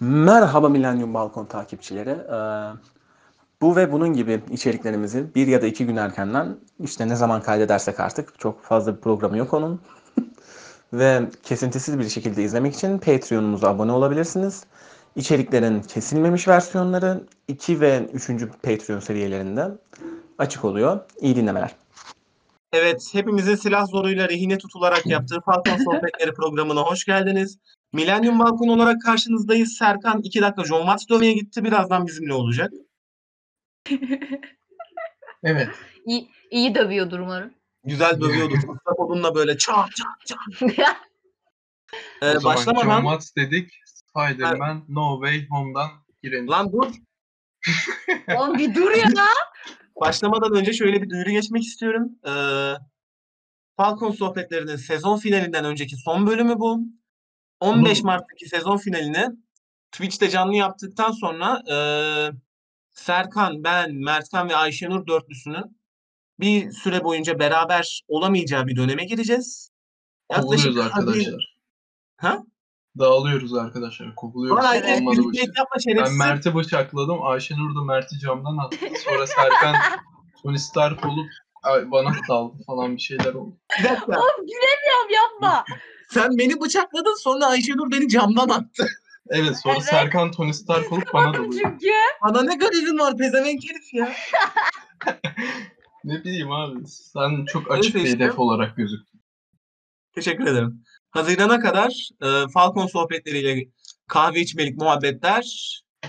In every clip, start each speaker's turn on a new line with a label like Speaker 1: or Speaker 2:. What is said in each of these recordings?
Speaker 1: Merhaba Milenyum Balkon takipçileri. Ee, Bu ve bunun gibi içeriklerimizi bir ya da iki gün erkenden işte ne zaman kaydedersek artık çok fazla bir programı yok onun. ve kesintisiz bir şekilde izlemek için Patreon'umuza abone olabilirsiniz. İçeriklerin kesilmemiş versiyonları 2 ve 3. Patreon seviyelerinde açık oluyor. İyi dinlemeler.
Speaker 2: Evet, hepimizin silah zoruyla rehine tutularak yaptığı Falcon Sohbetleri programına hoş geldiniz. Milenyum Balkon olarak karşınızdayız. Serkan 2 dakika John Watts dövmeye gitti. Birazdan bizimle olacak.
Speaker 3: Evet.
Speaker 4: İyi, iyi dövüyordur umarım.
Speaker 2: Güzel dövüyorduk. Islak odunla böyle çat çat. Ee,
Speaker 3: o zaman
Speaker 2: başlamadan... Ee,
Speaker 3: John Watts dedik. Spider-Man No Way Home'dan girelim.
Speaker 2: Lan dur.
Speaker 4: Oğlum bir dur ya.
Speaker 2: Başlamadan önce şöyle bir duyuru geçmek istiyorum. Ee, Falcon sohbetlerinin sezon finalinden önceki son bölümü bu. 15
Speaker 3: Bunu-
Speaker 2: Mart'taki sezon finalini Twitch'te canlı yaptıktan sonra ee, Serkan, ben, Mertkan ve Ayşenur dörtlüsünü bir süre boyunca beraber olamayacağı bir döneme gireceğiz.
Speaker 3: Kovuluyoruz
Speaker 2: Haziran-
Speaker 3: arkadaşlar.
Speaker 2: Ha?
Speaker 3: Dağılıyoruz arkadaşlar. Kovuluyoruz.
Speaker 2: Vay,
Speaker 4: Evet.
Speaker 3: Olmadı bu iş.
Speaker 2: ciddiyet yapma
Speaker 3: Ben
Speaker 2: şerefsiz.
Speaker 3: Mert'i bıçakladım. Ayşenur da Mert'i camdan attı. Sonra Serkan Tony Stark olup ay, bana daldı falan bir şeyler oldu.
Speaker 2: Bir dakika.
Speaker 4: Oğlum gülemiyorum yapma.
Speaker 2: Sen beni bıçakladın sonra Ayşenur beni camdan attı.
Speaker 3: Evet sonra
Speaker 4: Evet.
Speaker 3: Serkan Tony Stark olup bana
Speaker 4: Bakın
Speaker 3: dalıyor.
Speaker 4: çünkü.
Speaker 2: Bana ne garibin var pezevenk herif ya.
Speaker 3: Ne bileyim abi sen çok açık
Speaker 2: Neyse
Speaker 3: bir
Speaker 2: işte.
Speaker 3: hedef olarak gözüktün.
Speaker 2: Teşekkür ederim. Hazirana kadar e, Falcon sohbetleriyle kahve içmelik muhabbetler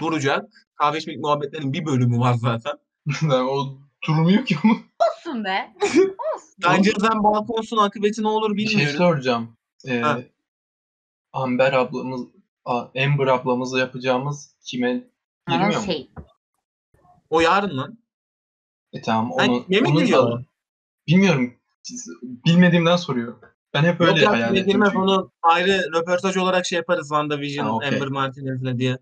Speaker 2: duracak. Kahve içmelik muhabbetlerin bir bölümü var zaten.
Speaker 3: Yani o durmuyor ki ama.
Speaker 4: Olsun be.
Speaker 2: Bence sen balkonsun akıbeti ne olur
Speaker 3: Bir şey
Speaker 2: bilmiyorum.
Speaker 3: soracağım. Ee,
Speaker 2: Ha.
Speaker 3: Amber ablamız, a- Amber ablamızla yapacağımız kime
Speaker 4: Ama
Speaker 3: girmiyor mu?
Speaker 4: şey.
Speaker 2: o yarın lan.
Speaker 3: E tamam
Speaker 2: Ay,
Speaker 3: onu,
Speaker 2: kime mi
Speaker 3: onun
Speaker 2: giriyor?
Speaker 3: da- Bilmiyorum. Siz- Bilmediğimden soruyor. Ben hep öyle
Speaker 2: Yok ya,
Speaker 3: hayal
Speaker 2: kime
Speaker 3: ettim.
Speaker 2: girmez
Speaker 3: çünkü.
Speaker 2: onu ayrı röportaj olarak şey yaparız WandaVision,
Speaker 3: Ha, okey.
Speaker 2: Amber Martinez'le diye.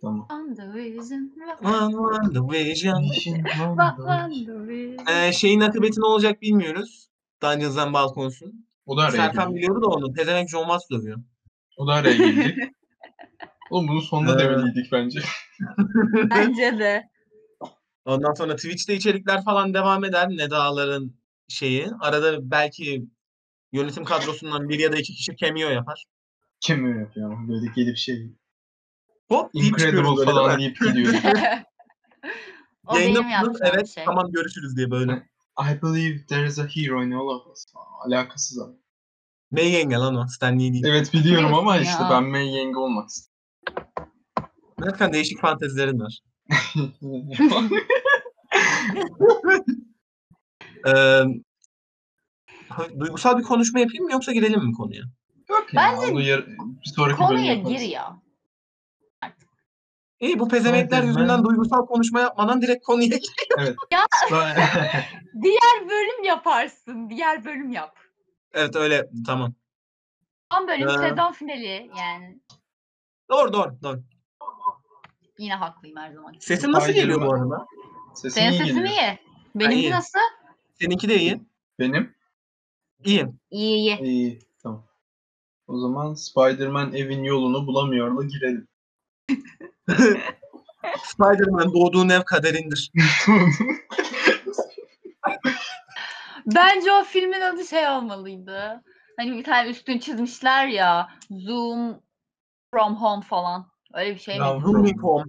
Speaker 3: Tamam.
Speaker 4: On the reason.
Speaker 2: One WandaVision.
Speaker 3: İşin var
Speaker 4: Bak
Speaker 3: mı?
Speaker 4: on the reason.
Speaker 2: Ee, şeyin akıbeti ne olacak bilmiyoruz. Dungeons'dan balkonsun.
Speaker 3: O da araya
Speaker 2: Serkan
Speaker 3: girdi.
Speaker 2: biliyordu da onu. Pezevenk John Watts dövüyor.
Speaker 3: O da araya girdi. Oğlum bunun sonunda
Speaker 2: Ee.
Speaker 3: demeliydik bence.
Speaker 4: Bence de.
Speaker 2: Ondan sonra Twitch'te içerikler falan devam eder. Nedaların şeyi. Arada belki yönetim kadrosundan bir ya da iki kişi cameo yapar.
Speaker 3: Kim öyle yapıyor? Böyle gelip şey
Speaker 2: Hop deyip çıkıyoruz
Speaker 3: Incredible
Speaker 2: böyle
Speaker 3: falan
Speaker 2: değil mi?
Speaker 3: deyip gidiyor.
Speaker 4: o
Speaker 2: Yayında
Speaker 4: benim
Speaker 2: bulunup,
Speaker 4: yaptığım
Speaker 2: evet,
Speaker 4: şey.
Speaker 2: Tamam görüşürüz diye böyle.
Speaker 3: I believe there is a hero in all of us. falan. Alakasız ama.
Speaker 2: Ne yenge lan o? Stanley değil.
Speaker 3: Evet biliyorum ama
Speaker 4: Biliyorsun
Speaker 3: işte
Speaker 4: ya.
Speaker 3: ben May yenge olmak istedim.
Speaker 2: Zaten değişik fantezilerin var. Ee, ha- duygusal bir konuşma yapayım mı yoksa girelim mi konuya?
Speaker 3: Yok ya,
Speaker 4: Bence
Speaker 3: onu yar- bir sonraki bölüm
Speaker 4: Konuya
Speaker 3: yaparız.
Speaker 4: gir ya.
Speaker 2: İyi bu pezenekler
Speaker 3: Hadi
Speaker 2: yüzünden
Speaker 3: ben-
Speaker 2: duygusal konuşma yapmadan direkt konuya gir.
Speaker 3: Sonra-
Speaker 4: Diğer bölüm yaparsın. Diğer bölüm yap.
Speaker 2: Evet öyle tamam.
Speaker 4: Son bölüm
Speaker 2: Ee.
Speaker 4: sezon finali yani.
Speaker 2: Doğru doğru doğru.
Speaker 4: Yine haklıyım her zaman.
Speaker 2: Sesin nasıl
Speaker 3: Haydi
Speaker 2: geliyor bu
Speaker 3: yürü.
Speaker 2: arada?
Speaker 3: Sesim
Speaker 4: Senin
Speaker 3: iyi
Speaker 4: sesin
Speaker 3: geliyor.
Speaker 4: iyi.
Speaker 2: iyi.
Speaker 4: Benimki nasıl?
Speaker 2: Seninki de iyi.
Speaker 3: Benim?
Speaker 2: İyi.
Speaker 4: İyi iyi.
Speaker 3: İyi. Tamam. O zaman Spider-Man evin yolunu bulamıyorla girelim.
Speaker 2: Spider-Man doğduğun ev kaderindir.
Speaker 4: Bence o filmin adı şey olmalıydı. Hani bir tane üstün çizmişler ya. Zoom from home falan. Öyle bir şey mi?
Speaker 3: Ya,
Speaker 2: Rooming Home.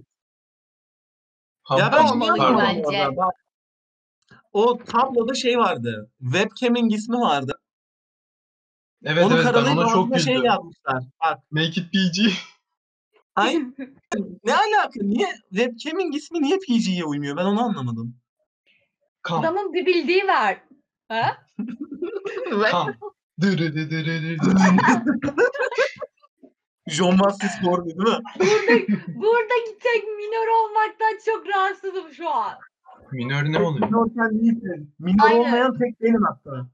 Speaker 2: Ya ben
Speaker 3: Pardon,
Speaker 4: olmalı
Speaker 2: anlıyorum
Speaker 3: pardon.
Speaker 4: bence.
Speaker 2: orada. Bak, O tabloda şey vardı. Webcam'in ismi vardı.
Speaker 3: Evet
Speaker 2: Onu
Speaker 3: evet ben
Speaker 2: karalayıp
Speaker 3: ona çok
Speaker 2: altına
Speaker 3: güldüm.
Speaker 2: şey yapmışlar. Bak.
Speaker 3: Make it PG.
Speaker 2: Ay, ne alaka? Niye webcam'in ismi niye PG'ye uymuyor? Ben onu anlamadım.
Speaker 3: Kam.
Speaker 4: Adamın bir bildiği var. Ha?
Speaker 3: Kam. Dırırırırırır.
Speaker 2: John Watts doğru değil mi?
Speaker 4: Buradaki tek minör olmaktan çok rahatsızım şu an.
Speaker 3: Minör ne oluyor?
Speaker 2: Minor sen değilsin. Minor
Speaker 4: Aynen.
Speaker 2: olmayan tek benim hatta.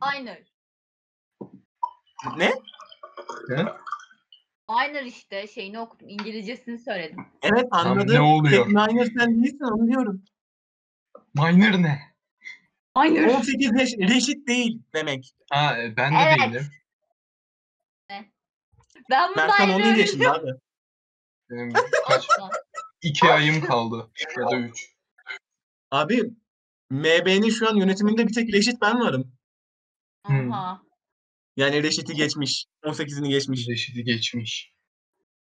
Speaker 4: Aynen.
Speaker 2: Ne?
Speaker 3: Ne?
Speaker 4: Aynen işte şeyini okudum. İngilizcesini söyledim.
Speaker 2: Evet
Speaker 3: Tam
Speaker 2: anladım.
Speaker 3: ne oluyor?
Speaker 2: Tek minor sen değilsin onu diyorum.
Speaker 3: Minor ne?
Speaker 4: Aynen.
Speaker 2: 18 yaş reşit değil demek.
Speaker 3: Ha e, ben de
Speaker 4: Evet.
Speaker 3: değilim.
Speaker 4: Ben bunu
Speaker 2: Mertan
Speaker 4: aynı
Speaker 2: 17 yaşında abi.
Speaker 3: Benim kaç? İki ayım kaldı. Ya da üç.
Speaker 2: Abi MB'nin şu an yönetiminde bir tek Reşit ben varım.
Speaker 3: Hmm.
Speaker 4: Aha.
Speaker 2: Yani Reşit'i geçmiş. 18'ini geçmiş.
Speaker 3: Reşit'i geçmiş.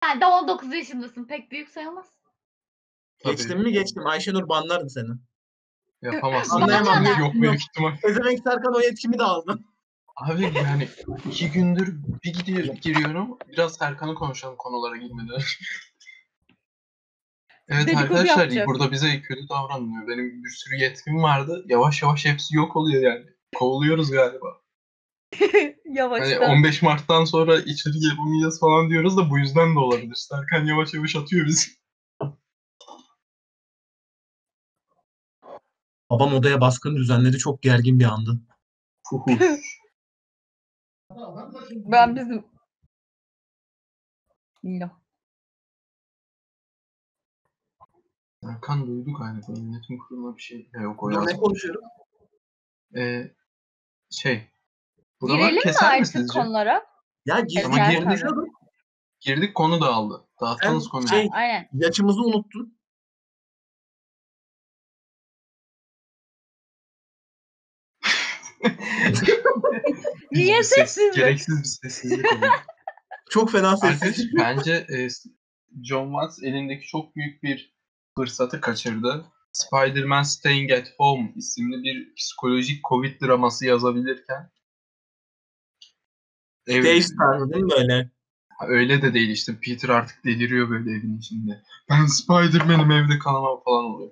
Speaker 4: Sen de 19 yaşındasın. Pek büyük sayılmaz.
Speaker 3: Tabii.
Speaker 2: Geçtim mi geçtim. Ayşenur banlarım seni.
Speaker 3: Yapamazsın.
Speaker 2: Anlayamam
Speaker 3: Yok,
Speaker 4: ya.
Speaker 3: Yok büyük ihtimal.
Speaker 2: Ezemek Serkan o yetkimi de aldı.
Speaker 3: Abi yani iki gündür bir gidiyor, giriyorum. Biraz Serkan'ı konuşalım konulara girmeden. Evet
Speaker 5: Dedikodu
Speaker 3: arkadaşlar
Speaker 5: yapacağız.
Speaker 3: burada bize kötü davranılıyor. Benim bir sürü yetkim vardı. Yavaş yavaş hepsi yok oluyor yani. Kovuluyoruz galiba. Hani
Speaker 5: Yavaştan.
Speaker 3: 15 Mart'tan sonra içeri yapamayacağız falan diyoruz da bu yüzden de olabilir. Serkan yavaş yavaş atıyor bizi.
Speaker 2: Babam odaya baskın düzenledi. Çok gergin bir andı.
Speaker 5: Ben bizim... Milo.
Speaker 3: Serkan duydu galiba. Milletin kuruluna bir şey Ya yok o
Speaker 2: Dur ne
Speaker 3: yazdı.
Speaker 2: konuşuyorum?
Speaker 3: Ee, şey. Buralar
Speaker 5: Girelim mi
Speaker 3: keser mi
Speaker 5: artık
Speaker 3: sizce?
Speaker 5: konulara?
Speaker 2: Ya gizli
Speaker 3: Ama gir-
Speaker 2: konuşuyordum.
Speaker 3: Girdik konu dağıldı. Dağıttınız
Speaker 2: Ben
Speaker 3: konuyu.
Speaker 2: şey-
Speaker 5: Aynen.
Speaker 2: Yaşımızı unuttun.
Speaker 5: Niye
Speaker 3: Bir ses-
Speaker 5: sessizlik?
Speaker 3: Gereksiz bir sessizlik oldu.
Speaker 2: Çok fena
Speaker 3: Arkadaş
Speaker 2: sessiz.
Speaker 3: bence e, John Watts elindeki çok büyük bir fırsatı kaçırdı. Spider-Man Staying at Home isimli bir psikolojik Covid draması yazabilirken ev-
Speaker 2: Stage tarzı değil mi böyle?
Speaker 3: öyle de değil işte Peter artık deliriyor böyle evin içinde. Ben Spider-Man'im evde kalamam falan oluyor.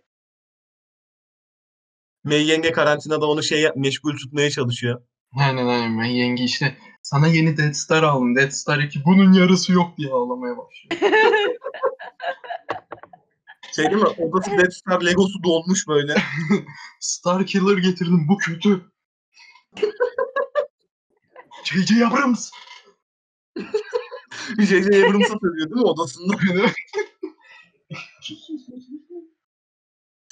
Speaker 2: May yenge karantinada onu şey yap- meşgul tutmaya çalışıyor.
Speaker 3: Aynen aynen ben yenge işte sana yeni Death Star aldım. Death Star 2 bunun yarısı yok diye ağlamaya başlıyor.
Speaker 2: Şey değil mi? Odası Death Star Legosu dolmuş böyle.
Speaker 3: Star Killer getirdim bu kötü. JJ Abrams.
Speaker 2: J.J. Abrams'a sövüyor değil mi odasında?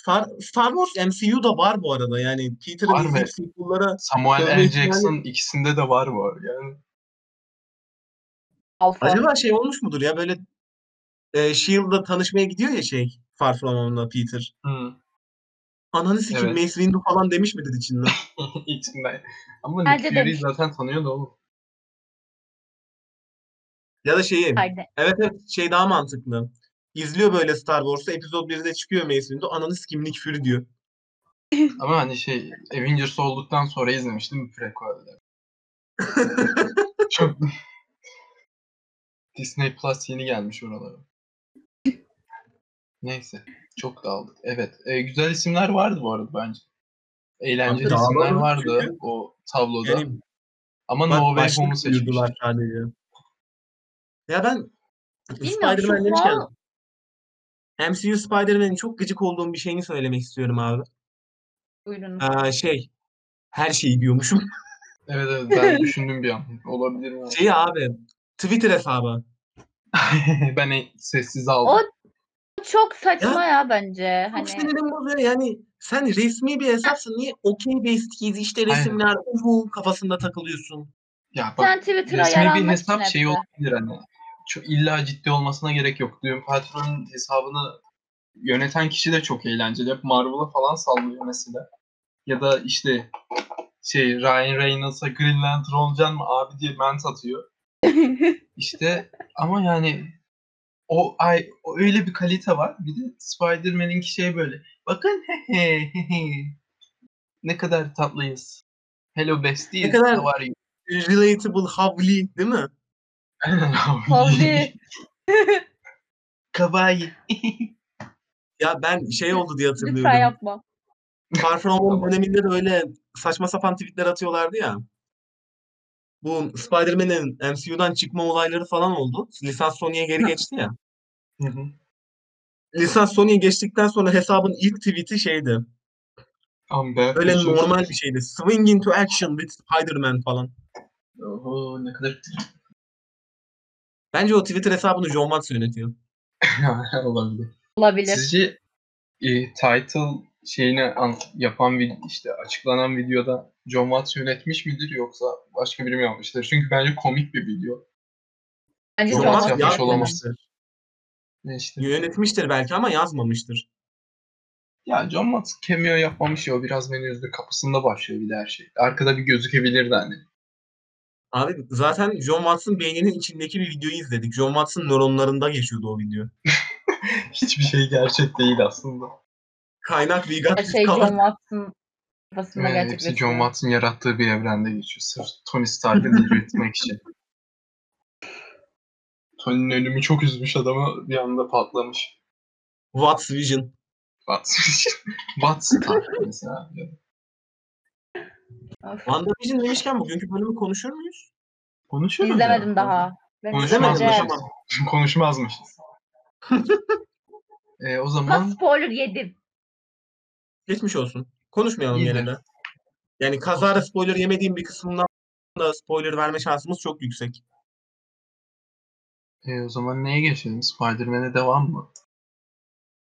Speaker 2: Star, Star Wars MCU'da var bu arada yani.
Speaker 3: Var
Speaker 2: Peter'ın
Speaker 3: mı?
Speaker 2: ilk sequel'lara
Speaker 3: Samuel
Speaker 2: Tabii
Speaker 3: L.
Speaker 2: ki yani-
Speaker 3: Jackson ikisinde de var var yani.
Speaker 5: Alfa.
Speaker 2: acaba şey olmuş mudur ya böyle e, S.H.I.E.L.D.'da tanışmaya gidiyor ya şey Far From Home'la Peter.
Speaker 3: Hı.
Speaker 2: Ananı sikim
Speaker 3: Evet.
Speaker 2: Mace Windu falan demiş midir içinde?
Speaker 3: İçinden. Ama
Speaker 5: Bence
Speaker 3: Nick Fury
Speaker 5: demiş.
Speaker 3: zaten tanıyor da oğlum.
Speaker 2: ya da şeyi.
Speaker 5: Haydi.
Speaker 2: Evet evet şey daha mantıklı. İzliyor böyle Star Wars'u. Epizod 1'de çıkıyor Mace Windu. Ananı sikim Nick Fury diyor.
Speaker 3: Ama hani şey Avengers olduktan sonra izlemiştim bir prequel'de. Çok Disney Plus yeni gelmiş oralara. Neyse. Çok dağıldık. Evet. e, güzel isimler vardı bu arada bence. Eğlenceli
Speaker 2: Tabii,
Speaker 3: isimler
Speaker 2: dağılalım
Speaker 3: vardı
Speaker 2: çünkü-
Speaker 3: o tabloda.
Speaker 2: Yani
Speaker 3: Ama
Speaker 2: bak
Speaker 3: No Way
Speaker 2: başlık
Speaker 3: Home'u
Speaker 2: duyurdular
Speaker 3: seçmişler.
Speaker 2: sadece. Ya ben
Speaker 4: Bilmiyorum, şu
Speaker 2: Spider-Man demişken
Speaker 4: Hall-
Speaker 2: MCU Spider-Man'in çok gıcık olduğum bir şeyini söylemek istiyorum abi.
Speaker 4: Buyurun.
Speaker 2: Aa, şey her şeyi diyormuşum.
Speaker 3: Evet evet ben düşündüm bir an. Olabilir mi?
Speaker 2: Şey abi Twitter hesabı. Şey-
Speaker 3: ben en- sessiz aldım.
Speaker 4: O çok saçma ya, bence.
Speaker 2: Çok
Speaker 4: Hani
Speaker 2: sinirim bozuyor yani sen resmi bir hesapsın niye okey based keys işte
Speaker 3: Aynen.
Speaker 2: resimler uhu kafasında takılıyorsun.
Speaker 3: Ya
Speaker 4: sen
Speaker 3: bak
Speaker 4: Twitter'a
Speaker 3: resmi bir
Speaker 4: yaranmak için
Speaker 3: hesap
Speaker 4: hepsi.
Speaker 3: şey olabilir hani. Çok illa ciddi olmasına gerek yok. Düğün patronun hesabını yöneten kişi de çok eğlenceli. Hep Marvel'a falan sallıyor mesela. Ya da işte şey Ryan Reynolds'a Green Lantern olacaksın mı abi diye ment atıyor. İşte ama yani o ay o öyle bir kalite var. Bir de Spider-Man'inki şey böyle. Bakın he he he he. Ne kadar tatlıyız. Hello besties.
Speaker 2: Ne kadar-
Speaker 3: how are you?
Speaker 2: Relatable havli değil mi?
Speaker 5: Havli.
Speaker 3: Kawaii.
Speaker 2: Ya ben şey oldu diye
Speaker 5: Lütfen
Speaker 2: hatırlıyorum.
Speaker 5: yapma.
Speaker 2: Far From Home döneminde de öyle saçma sapan tweetler atıyorlardı ya. Bu Spider-Man'in MCU'dan çıkma olayları falan oldu. Lisans Sony'ye geri geçti ya.
Speaker 3: Hı hı.
Speaker 2: Lisans Sony'ye geçtikten sonra hesabın ilk tweet'i şeydi.
Speaker 3: Tamam be.
Speaker 2: Öyle normal bir şey. şeydi. Swing into action with Spider-Man falan.
Speaker 3: Oho ne kadar
Speaker 2: Bence o Twitter hesabını John Watts yönetiyor.
Speaker 3: olabilir.
Speaker 5: Olabilir.
Speaker 3: Sizce e, title şeyini an- yapan bir işte açıklanan videoda John Watts yönetmiş midir yoksa başka biri mi yapmıştır? Çünkü bence komik bir video.
Speaker 5: Bence
Speaker 3: John
Speaker 5: John
Speaker 3: Watts
Speaker 5: Watts
Speaker 3: yapmış
Speaker 5: yapmış.
Speaker 3: olamaz. Ne işte.
Speaker 2: Yönetmiştir belki ama yazmamıştır.
Speaker 3: Ya John Watts cameo yapmamış ya o biraz beni üzdü. Kapısında başlıyor bir de her şey. Arkada bir gözükebilirdi hani.
Speaker 2: Abi zaten John Watts'ın beyninin içindeki bir videoyu izledik. John Watts'ın nöronlarında geçiyordu o video.
Speaker 3: Hiçbir şey gerçek değil aslında.
Speaker 2: Kaynak Vigat
Speaker 4: Her şey John Watts'ın kafasında
Speaker 3: Ve hepsi
Speaker 4: gerçekleşiyor.
Speaker 3: John Watts'ın yarattığı bir evrende geçiyor. Sırf Tony Stark'ı delirtmek için. Tony'nin ölümü çok üzmüş adamı bir anda patlamış.
Speaker 2: Watts Vision.
Speaker 3: Watts. Watts Stark mesela.
Speaker 4: Of.
Speaker 2: WandaVision demişken bugünkü bölümü konuşur muyuz?
Speaker 3: Konuşuyoruz
Speaker 4: İzlemedim
Speaker 3: ya.
Speaker 4: daha. Ben
Speaker 3: Konuşmaz
Speaker 2: İzlemedim,
Speaker 4: izlemeyeceğim.
Speaker 2: konuşamam.
Speaker 3: Konuşmazmışız. Ee, o
Speaker 4: Ha,
Speaker 3: zaman
Speaker 4: spoiler yedim.
Speaker 2: Geçmiş olsun. Konuşmayalım
Speaker 3: İyidir.
Speaker 2: gene de. Yani kazara spoiler yemediğim bir kısmından da spoiler verme şansımız çok yüksek.
Speaker 3: ee, o zaman neye geçelim? Spider-Man'e devam mı?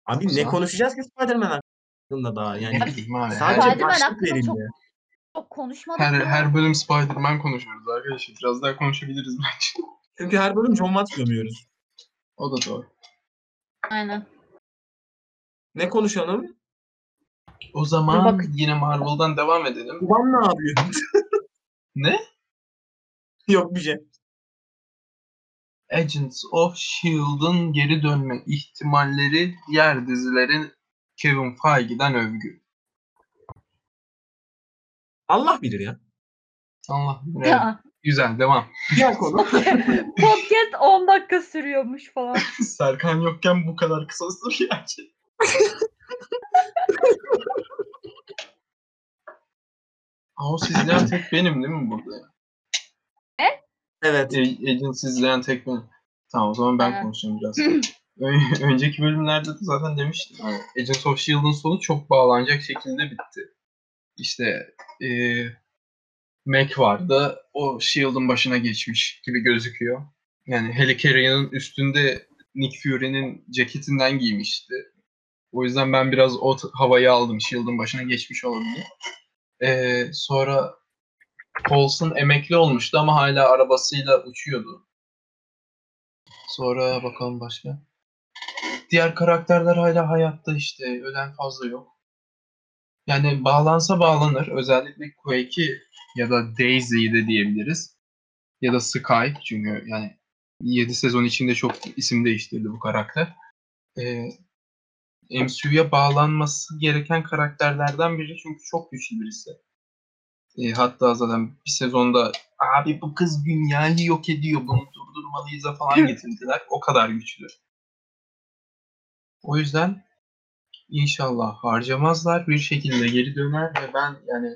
Speaker 2: Abi
Speaker 3: O
Speaker 2: ne
Speaker 3: zaman-
Speaker 2: konuşacağız ki Spider-Man hakkında daha? Yani
Speaker 3: Ne bileyim abi.
Speaker 2: sadece
Speaker 3: Her, şey
Speaker 4: Spider-Man
Speaker 2: başlık
Speaker 4: hakkında
Speaker 2: verildi.
Speaker 4: çok- Çok konuşmadık.
Speaker 3: her,
Speaker 4: mı?
Speaker 3: her bölüm Spider-Man konuşuyoruz arkadaşlar. Biraz daha konuşabiliriz bence.
Speaker 2: Çünkü her bölüm John Watts gömüyoruz.
Speaker 3: O da doğru.
Speaker 4: Aynen.
Speaker 2: Ne konuşalım?
Speaker 3: O zaman
Speaker 4: Bak-
Speaker 3: yine Marvel'dan devam edelim.
Speaker 2: Ulan ne yapıyor?
Speaker 3: Ne?
Speaker 2: Yok bir şey.
Speaker 3: Agents of S.H.I.E.L.D.'ın E geri dönme ihtimalleri diğer dizilerin Kevin Feige'den övgü.
Speaker 2: Allah bilir ya.
Speaker 3: Allah bilir. Evet,
Speaker 4: Ya,
Speaker 3: Güzel devam.
Speaker 2: Diğer konu.
Speaker 4: Podcast 10 dakika sürüyormuş falan.
Speaker 3: Serkan yokken bu kadar kısa sürüyor. Aa, o sizleyen tek benim değil mi burada? ya?
Speaker 2: evet.
Speaker 3: E, Agents sizleyen tek benim. Tamam o zaman ben
Speaker 4: Evet.
Speaker 3: konuşayım biraz. Ö- Önceki bölümlerde de zaten demiştim. Hani Agents of S.H.I.E.L.D.'ın sonu çok bağlanacak şekilde bitti. İşte e, Mac vardı. O S.H.I.E.L.D.'ın başına geçmiş gibi gözüküyor. Yani Halle Carey'nin üstünde Nick Fury'nin ceketinden giymişti. O yüzden ben biraz o t- havayı aldım. S.H.I.E.L.D.'ın başına geçmiş olabilir. E, sonra Coulson emekli olmuştu ama hala arabasıyla uçuyordu. Sonra bakalım başka. Diğer karakterler hala hayatta işte. Ölen fazla yok. Yani bağlansa bağlanır. Özellikle Quake'i ya da Daisy'yi de diyebiliriz. Ya da Sky. Çünkü yani 7 sezon içinde çok isim değiştirdi bu karakter. Ee, MCU'ya bağlanması gereken karakterlerden biri çünkü çok güçlü birisi. Ee, hatta zaten bir sezonda abi bu kız dünyayı yok ediyor bunu durdurmalıyız'a falan getirdiler. O kadar güçlü. O yüzden inşallah harcamazlar. Bir şekilde geri döner ve ben yani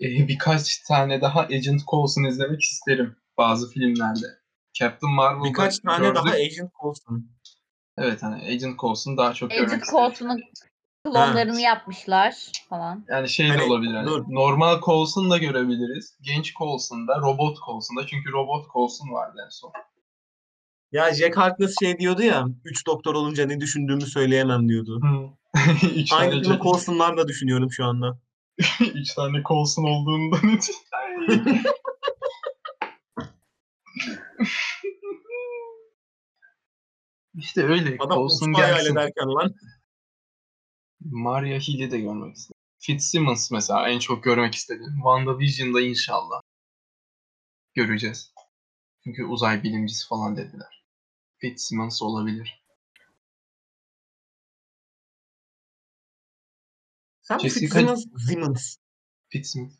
Speaker 3: e, birkaç tane daha Agent Coulson izlemek isterim bazı filmlerde. Captain Marvel'da
Speaker 2: Birkaç tane
Speaker 3: gördük.
Speaker 2: daha Agent Coulson.
Speaker 3: Evet hani Agent Coulson daha çok görmek
Speaker 4: Agent
Speaker 3: isterim.
Speaker 4: Coulson'un klonlarını yapmışlar falan.
Speaker 3: Yani şey
Speaker 2: Hani,
Speaker 3: de olabilir. hani
Speaker 2: dur.
Speaker 3: Normal Coulson da görebiliriz. Genç Coulson da, robot Coulson da. Çünkü robot Coulson vardı en son.
Speaker 2: Ya Jack Harkness şey diyordu ya. Üç doktor olunca ne düşündüğümü söyleyemem diyordu.
Speaker 3: üç, tane
Speaker 2: Aynısını
Speaker 3: Jack-
Speaker 2: Coulson'lar da düşünüyorum şu anda.
Speaker 3: üç tane Coulson olduğundan için. işte öyle.
Speaker 2: Adam
Speaker 3: E, Coulson
Speaker 2: usta hayal
Speaker 3: gelsin.
Speaker 2: ederken lan.
Speaker 3: Maria Hill'i de görmek istedim. Fitzsimmons mesela en çok görmek istedim. WandaVision'da inşallah göreceğiz. Çünkü uzay bilimcisi falan dediler. Fitzsimmons olabilir.
Speaker 2: Sen
Speaker 3: Jessica-
Speaker 2: Fitzsimmons, Simmons.
Speaker 3: Fitzsimmons.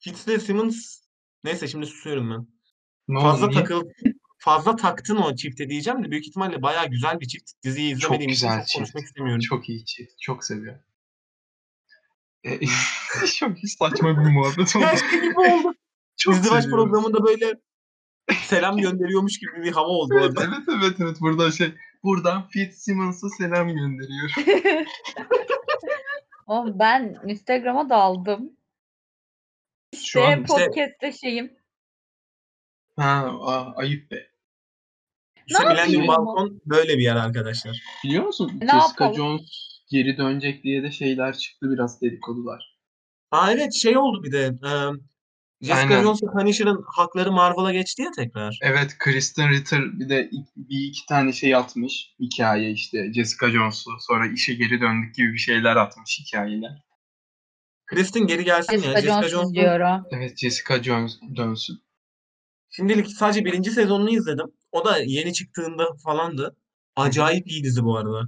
Speaker 2: Fitzle Simmons. Neyse şimdi susuyorum ben.
Speaker 3: Ne oldu,
Speaker 2: Fazla
Speaker 3: niye?
Speaker 2: takıl fazla taktın o çifte diyeceğim de büyük ihtimalle bayağı güzel bir çift. Diziyi izlemediğim için
Speaker 3: güzel
Speaker 2: çok
Speaker 3: çift.
Speaker 2: konuşmak istemiyorum.
Speaker 3: Çok iyi çift. Çok seviyor. E, çok saçma bir muhabbet oldu.
Speaker 2: Her şey gibi oldu.
Speaker 3: Çok
Speaker 2: İzdivaç
Speaker 3: seviyorum.
Speaker 2: programında böyle selam gönderiyormuş gibi bir hava oldu
Speaker 3: Evet,
Speaker 2: orada.
Speaker 3: evet evet evet buradan şey buradan Fitzsimmons'a selam gönderiyor.
Speaker 4: Oğlum ben Instagram'a daldım.
Speaker 3: Şu an
Speaker 4: İşte
Speaker 2: işte-
Speaker 4: podcast'te şeyim.
Speaker 3: ha, aa, ayıp be.
Speaker 2: İşte
Speaker 4: Ne
Speaker 2: Millennium
Speaker 3: yapayım?
Speaker 2: Balkon böyle bir yer arkadaşlar.
Speaker 3: Biliyor musun?
Speaker 4: E, Ne
Speaker 3: Jessica
Speaker 4: yapalım?
Speaker 3: Jones geri dönecek diye de şeyler çıktı biraz dedikodular.
Speaker 2: Aa evet şey oldu bir de. e, Jessica
Speaker 3: Aynen.
Speaker 2: Jones ve Punisher'ın hakları Marvel'a geçti ya tekrar.
Speaker 3: Evet Kristen Ritter bir de ilk- bir iki tane şey atmış hikaye işte Jessica Jones'u sonra işe geri döndük gibi bir şeyler atmış hikayeler.
Speaker 2: Kristen geri gelsin ya.
Speaker 4: Jessica
Speaker 2: Jessica
Speaker 4: Jones
Speaker 2: Jones'un
Speaker 4: diyorum.
Speaker 3: Evet Jessica Jones dönsün.
Speaker 2: Şimdilik sadece birinci sezonunu izledim. O da yeni çıktığında falandı. Acayip iyi dizi bu arada.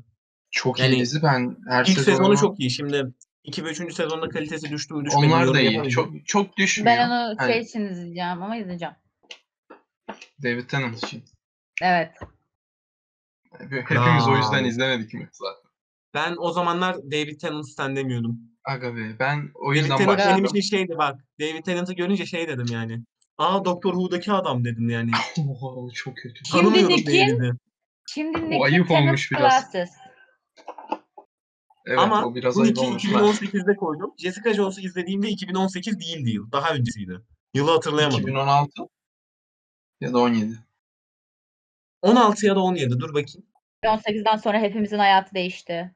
Speaker 3: Çok
Speaker 2: Yani
Speaker 3: iyi dizi ben her
Speaker 2: İlk sezonu
Speaker 3: sezonunu-
Speaker 2: çok iyi. Şimdi 2 ve 3. sezonda kalitesi düştü mü düşmedi mi
Speaker 3: Onlar
Speaker 2: yorum
Speaker 3: da iyi.
Speaker 2: yapamayacağım.
Speaker 3: Çok çok düşmüyor.
Speaker 4: Ben onu şey
Speaker 3: Hani-
Speaker 4: için izleyeceğim ama izleyeceğim.
Speaker 3: David Tennant için.
Speaker 4: Evet.
Speaker 3: Hepimiz o yüzden
Speaker 2: Kral.
Speaker 3: izlemedik mi zaten?
Speaker 2: Ben o zamanlar David Tennant'tan demiyordum.
Speaker 3: Aga be ben o
Speaker 2: David
Speaker 3: yüzden
Speaker 2: Tennant benim
Speaker 3: başladım.
Speaker 2: için şeydi bak. David Tennant'ı görünce şey dedim yani. Aa Doktor Who'daki adam dedim yani.
Speaker 3: Oha o çok kötü.
Speaker 4: Kim
Speaker 2: Tanımıyorum
Speaker 4: dedi kim?
Speaker 2: David'i.
Speaker 4: Şimdi
Speaker 3: O ayıp
Speaker 4: Tenant
Speaker 3: olmuş biraz.
Speaker 4: Classes.
Speaker 3: Evet
Speaker 2: Ama
Speaker 3: o biraz
Speaker 2: bu
Speaker 3: ayıp
Speaker 2: iki
Speaker 3: olmuş.
Speaker 2: 2018'de koydum. Jessica Jones'u izlediğimde 2018 değildi yıl. Daha öncesiydi. Yılı hatırlayamadım.
Speaker 3: 2016 ya da 17.
Speaker 2: 16 ya da 17 dur bakayım.
Speaker 4: 18'den sonra hepimizin hayatı değişti.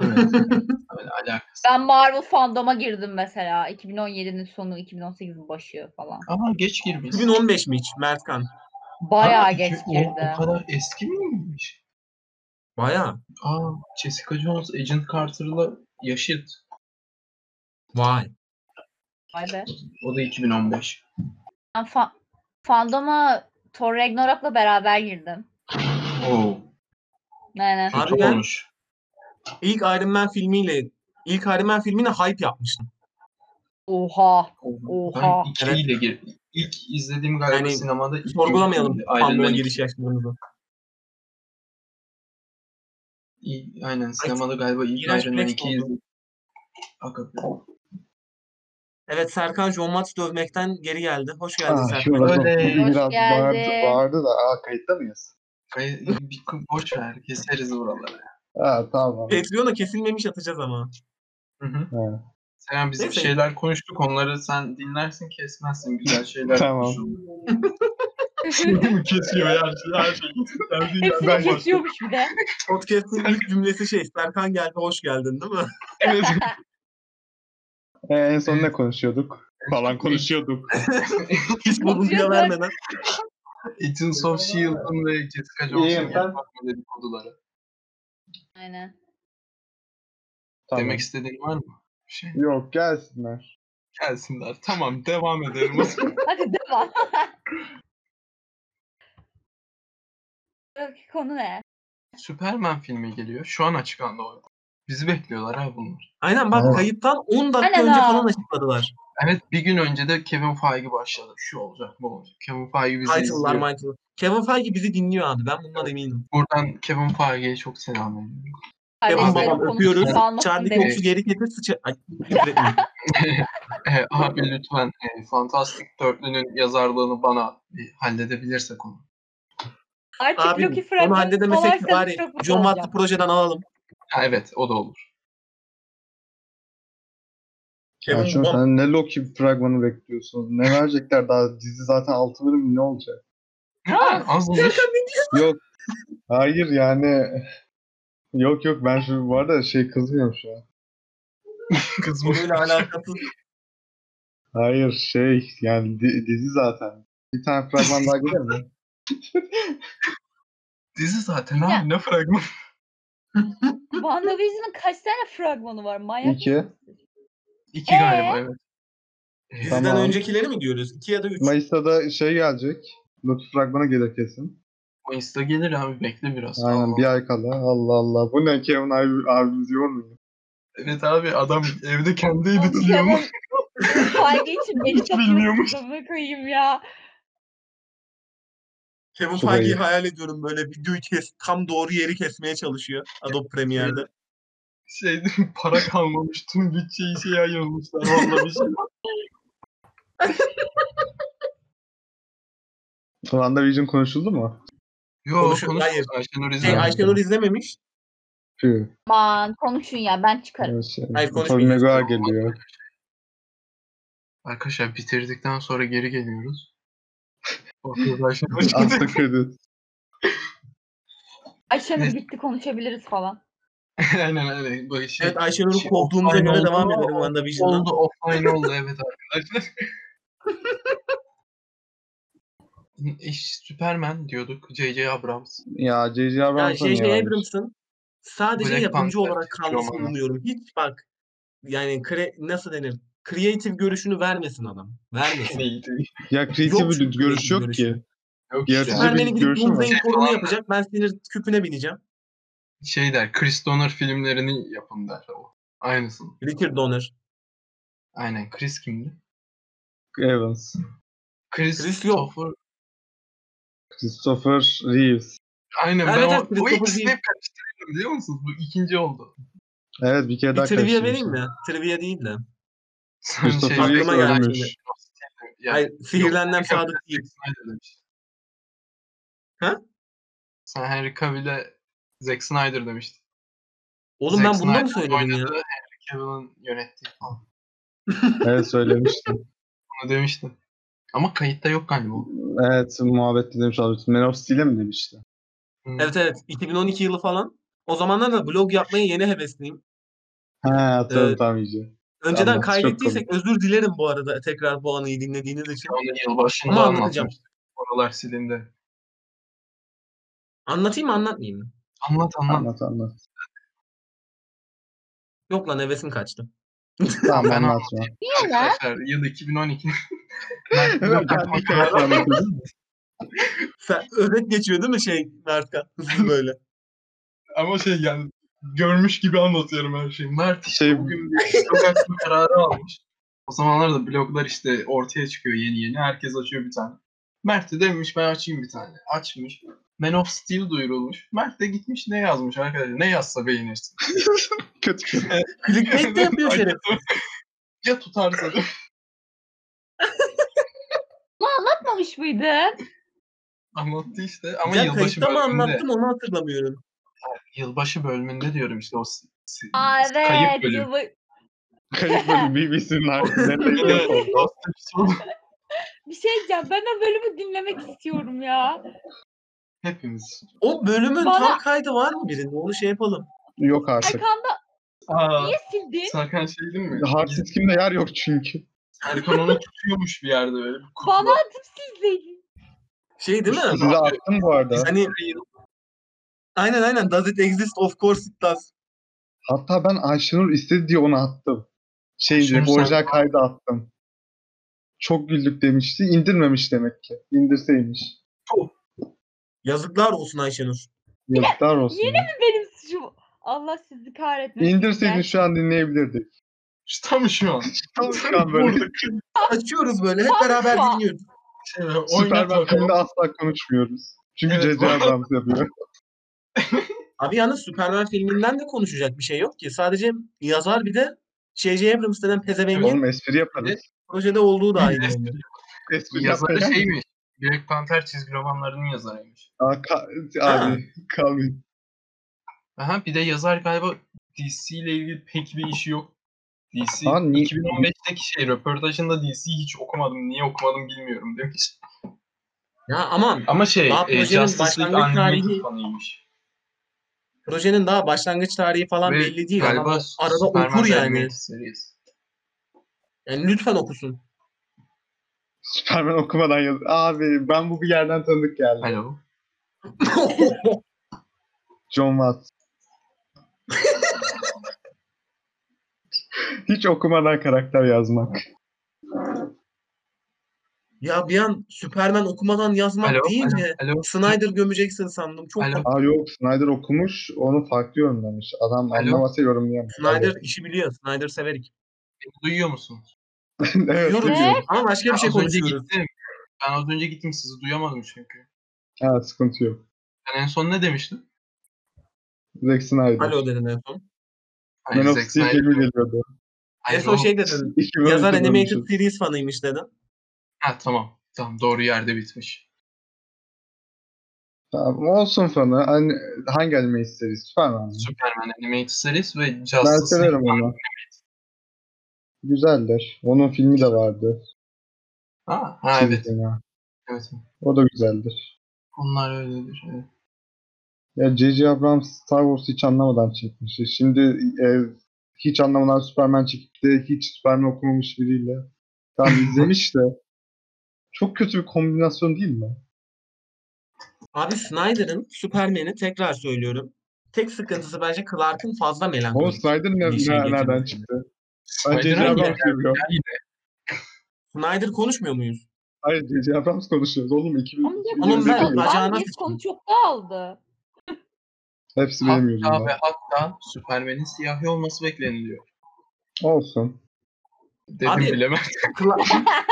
Speaker 3: Evet. Öyle alakası.
Speaker 4: Ben Marvel fandom'a girdim mesela. 2017'nin sonu, 2018'in başı falan.
Speaker 3: Ama geç girmiş.
Speaker 2: 2015 mi hiç Mertkan?
Speaker 4: Bayağı
Speaker 3: Ha,
Speaker 4: geç
Speaker 3: iki- o-
Speaker 4: girdim.
Speaker 3: O, kadar eski miymiş?
Speaker 2: Baya.
Speaker 3: Aa Jessica Jones Agent Carter'la yaşıt.
Speaker 2: Vay.
Speaker 4: Vay be.
Speaker 3: O da 2015.
Speaker 4: Ben fa- fandoma Thor Ragnarok'la beraber girdim.
Speaker 3: Oo.
Speaker 4: Yani
Speaker 2: Abi
Speaker 3: Kötü
Speaker 2: ben-
Speaker 3: olmuş.
Speaker 2: İlk Iron Man filmiyle ilk Iron Man filmine hype yapmıştım.
Speaker 4: oha. Oha.
Speaker 3: Ben ikiyle girdim. İlk izlediğim galiba
Speaker 2: Yani
Speaker 3: sinemada iki
Speaker 2: Sorgulamayalım
Speaker 3: Iron
Speaker 2: fanboy
Speaker 3: Man
Speaker 2: giriş
Speaker 3: iki.
Speaker 2: yaşlarımızı.
Speaker 3: İyi- Aynen sinemada galiba ilk
Speaker 2: iğrenç
Speaker 3: Iron Man
Speaker 2: flex
Speaker 3: 2'yi
Speaker 2: oldu.
Speaker 3: izledim. Hakikaten.
Speaker 2: Evet Serkan John Match dövmekten geri geldi. Hoş geldin
Speaker 6: Ah,
Speaker 2: Serkan.
Speaker 6: şurada
Speaker 3: Öyle.
Speaker 6: biri
Speaker 4: Hoş
Speaker 6: biraz bağırdı,
Speaker 4: geldin.
Speaker 6: bağırdı da aa, kayıtta mıyız?
Speaker 3: Kay- bir kı- boş ver keseriz buraları.
Speaker 6: Aa, tamam.
Speaker 2: Patreon'a kesilmemiş atacağız ama.
Speaker 3: Hı hı.
Speaker 6: Ha.
Speaker 3: Sen biz bir
Speaker 2: Neyse.
Speaker 3: şeyler konuştuk onları sen dinlersin kesmezsin güzel şeyler
Speaker 6: Tamam.
Speaker 3: konuşuldu. kesiyor her şey her şey.
Speaker 4: Hepsini kesiyormuş bir de.
Speaker 2: Podcast'in ilk cümlesi şey Serkan geldi hoş geldin değil mi?
Speaker 3: Evet.
Speaker 6: Ee, en son ne konuşuyorduk? Falan konuşuyorduk.
Speaker 2: Hiç bozuntuya vermeden.
Speaker 3: Agents of S.H.I.E.L.D.'ın E ve Jessica Jones'un
Speaker 6: İyiyim.
Speaker 3: yapmak dedikoduları.
Speaker 4: Aynen.
Speaker 6: Tamam.
Speaker 3: Demek istediğin var mı? Bir şey.
Speaker 6: Yok gelsinler.
Speaker 3: Gelsinler. Tamam devam edelim. o zaman.
Speaker 4: Hadi devam. Buradaki konu ne?
Speaker 3: Superman filmi geliyor. Şu an açıklandı o. Bizi bekliyorlar ha bunlar.
Speaker 2: Aynen bak
Speaker 6: Evet.
Speaker 2: kayıttan 10 dakika
Speaker 4: Aynen
Speaker 2: önce
Speaker 4: ha.
Speaker 2: falan açıkladılar.
Speaker 3: Evet bir gün önce de Kevin Feige başladı. Şu olacak bu olacak. Kevin Feige bizi
Speaker 2: Title'lar
Speaker 3: izliyor.
Speaker 2: Michael. Kevin Feige bizi dinliyor abi. Ben bundan eminim.
Speaker 3: Buradan Kevin Feige'ye çok selam veriyorum.
Speaker 2: Kevin
Speaker 4: Kardeşlerim
Speaker 2: babam
Speaker 4: konuşup
Speaker 2: öpüyoruz.
Speaker 4: kalmasın
Speaker 2: Çardaki
Speaker 4: demiş.
Speaker 2: kokusu geri getir sıça... Ay, küfür etmeyeyim.
Speaker 3: E, abi lütfen e, Fantastic Dörtlü'nün yazarlığını bana bir halledebilirsek onu.
Speaker 4: Artık
Speaker 2: Abi
Speaker 4: Loki
Speaker 2: onu
Speaker 4: fragmanı
Speaker 2: halledemesek de
Speaker 4: salarsanız
Speaker 2: bari
Speaker 4: çok mutlu
Speaker 2: John
Speaker 4: olacağım.
Speaker 2: Watt'ı projeden alalım.
Speaker 3: Ha, evet o da olur.
Speaker 6: Ya
Speaker 2: Kevin
Speaker 6: şunu
Speaker 2: Bond.
Speaker 6: sen ne Loki fragmanı bekliyorsunuz? Ne verecekler daha? Dizi zaten 6 bölüm mü? ne olacak?
Speaker 3: Ha, az olur.
Speaker 6: Yok. Hayır yani. Yok yok ben şu bu arada şey kızmıyorum şu an.
Speaker 3: Kızmış.
Speaker 2: Konuyla alakasız.
Speaker 6: Hayır şey yani di- dizi zaten. Bir tane fragman daha gelir mi?
Speaker 3: Dizi zaten
Speaker 4: Ya.
Speaker 3: abi ne fragman.
Speaker 4: WandaVision'ın kaç tane fragmanı var? Manyak
Speaker 6: İki.
Speaker 4: mısınız siz?
Speaker 3: İki
Speaker 4: Ee?
Speaker 3: galiba evet. E,
Speaker 6: Tamam.
Speaker 2: Bizden öncekileri mi diyoruz? 2 ya da 3.
Speaker 6: Mayıs'ta da şey gelecek. Loki fragmanı gelir kesin.
Speaker 3: Mayıs'ta gelir abi bekle biraz.
Speaker 6: Aynen
Speaker 3: Allah.
Speaker 6: bir ay kala. Allah Allah. Bu ne Kevin abi, abimiz yormuyor.
Speaker 3: Evet abi adam evde kendi
Speaker 4: Oğlum
Speaker 3: editliyor.
Speaker 4: Kevin Feige için beni
Speaker 3: Hiç
Speaker 4: çok
Speaker 3: bilmiyormuş.
Speaker 4: mutlu koyayım ya.
Speaker 2: Kevin
Speaker 6: Şurayı.
Speaker 2: Feige'yi hayal ediyorum böyle videoyu kes, tam doğru yeri kesmeye çalışıyor Adobe Premiere'de.
Speaker 3: şey para kalmamış tüm bütçeyi şeye ayırmışlar valla bir şey.
Speaker 6: WandaVision konuşuldu mu?
Speaker 3: Yo
Speaker 2: Konuşun,
Speaker 3: konuş.
Speaker 2: hayır.
Speaker 3: Ayşenur
Speaker 2: Şey,
Speaker 3: izlemedim.
Speaker 2: Ayşenur izlememiş.
Speaker 6: Tüh.
Speaker 4: Aman konuşun ya ben çıkarım.
Speaker 6: Evet, şey.
Speaker 2: Hayır,
Speaker 6: Tobey
Speaker 2: konuşmayacağız.
Speaker 6: Maguire geliyor.
Speaker 3: Arkadaşlar bitirdikten sonra geri geliyoruz. Bakıyoruz Ayşenur.
Speaker 6: After credit.
Speaker 4: Ayşenur
Speaker 3: Neyse.
Speaker 4: bitti konuşabiliriz falan.
Speaker 3: aynen aynen. Böyle şey,
Speaker 2: Evet Ayşenur'u
Speaker 3: şey,
Speaker 2: kovduğumuza
Speaker 3: offline
Speaker 2: göre
Speaker 3: oldu
Speaker 2: devam
Speaker 3: ama
Speaker 2: edelim WandaVision'dan.
Speaker 3: Oldu offline oldu evet arkadaşlar. İş Superman diyorduk. J.J. Abrams.
Speaker 6: Ya J.J.
Speaker 2: Ya şey,
Speaker 6: Abrams'a
Speaker 2: J.J.
Speaker 6: niye vermiş?
Speaker 2: Abrams'ın sadece
Speaker 3: Black
Speaker 2: yapımcı
Speaker 3: Panther şey
Speaker 2: olarak
Speaker 3: Türkçe
Speaker 2: kalmasını
Speaker 3: romanı.
Speaker 2: umuyorum. Hiç bak yani kre- nasıl denir? Kreatif görüşünü vermesin adam. Vermesin.
Speaker 3: Neydi?
Speaker 6: Ya
Speaker 2: Yok
Speaker 6: kreatif bir
Speaker 2: çünkü
Speaker 6: görüş
Speaker 2: kreatif
Speaker 6: yok
Speaker 2: görüşü.
Speaker 6: ki.
Speaker 3: Yok
Speaker 6: Yaratıcı
Speaker 3: işte.
Speaker 6: bir-
Speaker 2: Superman'e gidip
Speaker 6: görüşü mü?
Speaker 2: Doomsday'in
Speaker 3: Şey
Speaker 2: kolunu
Speaker 3: falan.
Speaker 2: yapacak. Ben sinir küpüne bineceğim.
Speaker 3: Şey der. Chris Donner filmlerini yapın der o. Aynısın.
Speaker 2: Richard Donner.
Speaker 3: Aynen. Chris kimdi?
Speaker 6: Evans.
Speaker 3: Chris,
Speaker 2: Chris yok.
Speaker 3: Topher-
Speaker 6: Christopher Reeves.
Speaker 3: Aynen
Speaker 2: Evet,
Speaker 3: ben
Speaker 2: evet,
Speaker 3: o, o
Speaker 2: Christopher
Speaker 3: ikisini
Speaker 2: Reeve.
Speaker 3: hep karıştırıyorum biliyor musunuz? Bu ikinci oldu.
Speaker 6: Evet bir kere
Speaker 2: Bir
Speaker 6: daha
Speaker 2: trivia
Speaker 6: karıştırmışım.
Speaker 2: vereyim mi? Trivia değil de.
Speaker 3: Sen
Speaker 6: Christopher
Speaker 3: şey-
Speaker 6: Reeves
Speaker 2: Aklıma geldi
Speaker 6: ölmüş.
Speaker 2: şimdi.
Speaker 3: Yani,
Speaker 2: Hayır, sihirlendim
Speaker 3: Yok,
Speaker 2: Sadık değil.
Speaker 3: Zack Snyder demiş.
Speaker 2: Ha?
Speaker 3: Sen Henry Cavill'e Zack Snyder demiştin.
Speaker 2: Oğlum
Speaker 3: Zack
Speaker 2: ben bunu da mı
Speaker 3: Snyder'ın
Speaker 2: söyledim ya?
Speaker 3: oynadığı Henry Cavill'in yönettiği falan.
Speaker 6: Evet söylemiştim.
Speaker 3: Onu demiştin. Ama kayıtta yok galiba. o.
Speaker 6: evet muhabbet demiş abi. Man of Steel'e mi demişti?
Speaker 3: Hmm.
Speaker 2: Evet evet. 2012 yılı falan. O zamanlar da blog yapmaya yeni hevesliyim.
Speaker 6: Ha hatırladım
Speaker 2: Evet.
Speaker 6: tam iyice.
Speaker 2: Önceden
Speaker 6: Anladım, çok
Speaker 2: kaydettiysek özür dilerim bu arada tekrar bu anıyı dinlediğiniz için.
Speaker 3: Onu yılbaşında
Speaker 2: Ama anlatacağım.
Speaker 3: anlatacağım. Oralar silindi.
Speaker 2: Anlatayım mı anlatmayayım mı?
Speaker 3: Anlat anlat.
Speaker 6: Anlat anlat.
Speaker 2: Yok lan hevesim kaçtı.
Speaker 6: Tamam
Speaker 3: Ben
Speaker 6: anlatma.
Speaker 4: Niye lan?
Speaker 3: Arkadaşlar yıl 2012. Mert Bey
Speaker 6: Evet,
Speaker 3: yapmak
Speaker 6: bir kere daha anlatacağım.
Speaker 2: Sen özet geçiyor değil mi şey Mertkan? Hızlı böyle.
Speaker 3: Ama şey yani görmüş gibi anlatıyorum her şeyi. Mert
Speaker 6: Şey
Speaker 3: bugün bir blog açma kararı almış. O zamanlar da bloglar işte ortaya çıkıyor yeni yeni. Herkes açıyor bir tane. Mert de demiş ben açayım bir tane. Açmış. Man of Steel duyurulmuş. Mert de gitmiş ne yazmış arkadaşlar. Ne yazsa beğenirsin.
Speaker 6: kötü.
Speaker 2: Clickbait de yapıyor şeref.
Speaker 3: ya tutarsa da.
Speaker 4: Anlatmamış mıydın?
Speaker 3: Anlattı işte. Ama
Speaker 2: ya
Speaker 3: yılbaşı
Speaker 2: kayıtta mı
Speaker 3: bölümünde.
Speaker 2: anlattım onu hatırlamıyorum.
Speaker 3: Yılbaşı bölümünde diyorum işte o si- si-
Speaker 4: Aa, evet.
Speaker 3: kayıp bölüm.
Speaker 4: yılı-
Speaker 6: Kayıp bölüm BBC'nin
Speaker 3: Evet,
Speaker 6: arkasında.
Speaker 3: dostum, son-
Speaker 4: Bir şey diyeceğim. Ben o bölümü dinlemek istiyorum ya.
Speaker 3: Hepimiz.
Speaker 2: O bölümün tam
Speaker 4: Bana-
Speaker 2: kaydı var mı birinde? Onu şey yapalım.
Speaker 6: Yok artık.
Speaker 4: Arkanda
Speaker 3: Aa,
Speaker 4: niye sildin?
Speaker 3: Serkan şey değil mi?
Speaker 6: Hard diskimde yer yok çünkü.
Speaker 3: Serkan onu tutuyormuş bir yerde böyle. Bir kutuda.
Speaker 4: Bana atıp silseydin.
Speaker 2: Şey değil mi?
Speaker 6: Size attım bu arada.
Speaker 2: Hani aynen aynen does it exist of course it does.
Speaker 6: Hatta ben Ayşenur istedi diye onu attım. Şey
Speaker 3: Ayşenur
Speaker 6: direkt
Speaker 3: sen-
Speaker 6: orijinal kaydı attım. Çok güldük demişti. indirmemiş demek ki. İndirseymiş.
Speaker 2: Yazıklar olsun Ayşenur.
Speaker 6: Yazıklar olsun.
Speaker 4: yeni Benim suçum. Allah sizi kahretmesin.
Speaker 6: İndirseydin
Speaker 4: Ben-
Speaker 6: şu an dinleyebilirdik.
Speaker 3: İşte tam şu an.
Speaker 6: Tam şu an böyle.
Speaker 2: Açıyoruz böyle hep
Speaker 4: Harika.
Speaker 2: beraber dinliyoruz.
Speaker 3: Şey, böyle oynat
Speaker 6: Süperman
Speaker 3: bakalım.
Speaker 6: filmde asla konuşmuyoruz. Çünkü
Speaker 3: Evet,
Speaker 6: C.C.
Speaker 3: bu-
Speaker 6: Abrams yapıyor.
Speaker 2: Abi yalnız Superman filminden de konuşacak bir şey yok ki. Sadece yazar bir de J.J. Abrams denen pezevengin
Speaker 6: Oğlum espri yaparız.
Speaker 2: projede olduğu da aynı.
Speaker 6: Espri
Speaker 3: Yazarı şey-
Speaker 6: yaparız.
Speaker 3: şeymiş. Black Panther çizgi romanlarının yazarıymış.
Speaker 6: Aa, ka- abi kalmayın.
Speaker 3: Aha bir de yazar galiba DC ile ilgili pek bir işi yok. DC
Speaker 6: Aa, ni-
Speaker 3: 2015'teki şey röportajında DC hiç okumadım. Niye okumadım bilmiyorum demiş.
Speaker 2: Ya aman
Speaker 3: Ama şey
Speaker 2: Daha
Speaker 3: e,
Speaker 2: projenin
Speaker 3: Justice League
Speaker 2: başlangıç
Speaker 3: Animated
Speaker 2: tarihi-
Speaker 3: fanıymış.
Speaker 2: projenin daha başlangıç tarihi falan
Speaker 3: Ve
Speaker 2: belli değil.
Speaker 3: galiba
Speaker 2: Ama arada
Speaker 3: Superman
Speaker 2: okur yani.
Speaker 3: Animated Series.
Speaker 2: yani. lütfen okusun.
Speaker 6: Süperman okumadan yaz. Abi ben bu bir yerden tanıdık geldi.
Speaker 3: Hello.
Speaker 6: John Watts. Hiç okumadan karakter yazmak.
Speaker 2: ya bir an Superman okumadan yazmak
Speaker 3: Alo,
Speaker 2: değil
Speaker 3: alo,
Speaker 2: de
Speaker 3: alo.
Speaker 2: Snyder gömeceksin sandım. Çok
Speaker 3: Alo.
Speaker 6: Aa yok Snyder okumuş onu farklı yorumlamış. Adam
Speaker 3: Alo?
Speaker 6: anlamasa yorumlayamaz.
Speaker 2: Snyder işi biliyor. Snyder severik.
Speaker 3: Beni duyuyor musunuz?
Speaker 6: evet,
Speaker 2: Diyoruz.
Speaker 6: biliyorum.
Speaker 2: Ama başka bir şey
Speaker 3: az önce
Speaker 2: konuşuyoruz.
Speaker 3: gittim. Ben az önce gittim sizi duyamadım çünkü.
Speaker 6: Ha, sıkıntı yok.
Speaker 3: Ben en son ne demiştim?
Speaker 6: Zack Snyder.
Speaker 2: Alo dedin en son.
Speaker 6: Man of
Speaker 3: Zack
Speaker 6: Steel
Speaker 3: Snyder.
Speaker 6: filmi geliyordu.
Speaker 2: En
Speaker 3: Hayır,
Speaker 2: son
Speaker 3: o-
Speaker 2: şey dedin.
Speaker 6: İki bölüm
Speaker 2: Yazar
Speaker 6: izlemişiz.
Speaker 2: Animated Series fanıymış dedin.
Speaker 3: Ha tamam. Tamam doğru yerde bitmiş.
Speaker 6: Tamam, olsun fanı. Hani, hangi anime isteriz? Süperman. mı?
Speaker 3: Superman Animated Series ve
Speaker 6: Ben
Speaker 3: Justice
Speaker 6: severim
Speaker 3: League.
Speaker 6: onu. Güzeldir. Onun filmi de vardı.
Speaker 3: Ha, ha evet.
Speaker 6: Çizgini.
Speaker 3: evet.
Speaker 6: O da güzeldir.
Speaker 3: Onlar öyledir. Evet.
Speaker 6: Ya J.J. Abrams Star Wars'ı hiç anlamadan çekmiş. Şimdi e, hiç anlamadan Superman çekip de hiç Superman okumamış biriyle. Tam izlemiş de çok kötü bir kombinasyon değil mi?
Speaker 2: Abi Snyder'ın Superman'i tekrar söylüyorum. Tek sıkıntısı bence Clark'ın fazla
Speaker 6: Oğlum
Speaker 2: melankolik.
Speaker 6: Snyder ne,
Speaker 1: Bir şey
Speaker 6: ne-
Speaker 1: getirdi.
Speaker 6: nereden çıktı? Ben
Speaker 3: Snyder'ın
Speaker 6: J.J. Abrams
Speaker 3: yine-
Speaker 6: görüyorum.
Speaker 2: Snyder konuşmuyor muyuz?
Speaker 6: Hayır J.J. Abrams konuşuyoruz oğlum. 2000,
Speaker 5: Oğlum ben-
Speaker 2: Oğlum ben-
Speaker 6: 2008
Speaker 2: bacağına
Speaker 5: Bence
Speaker 2: sıçtım.
Speaker 5: konu çok dağıldı.
Speaker 6: Hepsi benim
Speaker 3: Hatta
Speaker 6: yüzümden.
Speaker 3: ve hatta Superman'in siyahi olması bekleniliyor.
Speaker 6: Olsun.
Speaker 3: Dedim
Speaker 2: Abi-
Speaker 3: bile ben.
Speaker 2: Kla-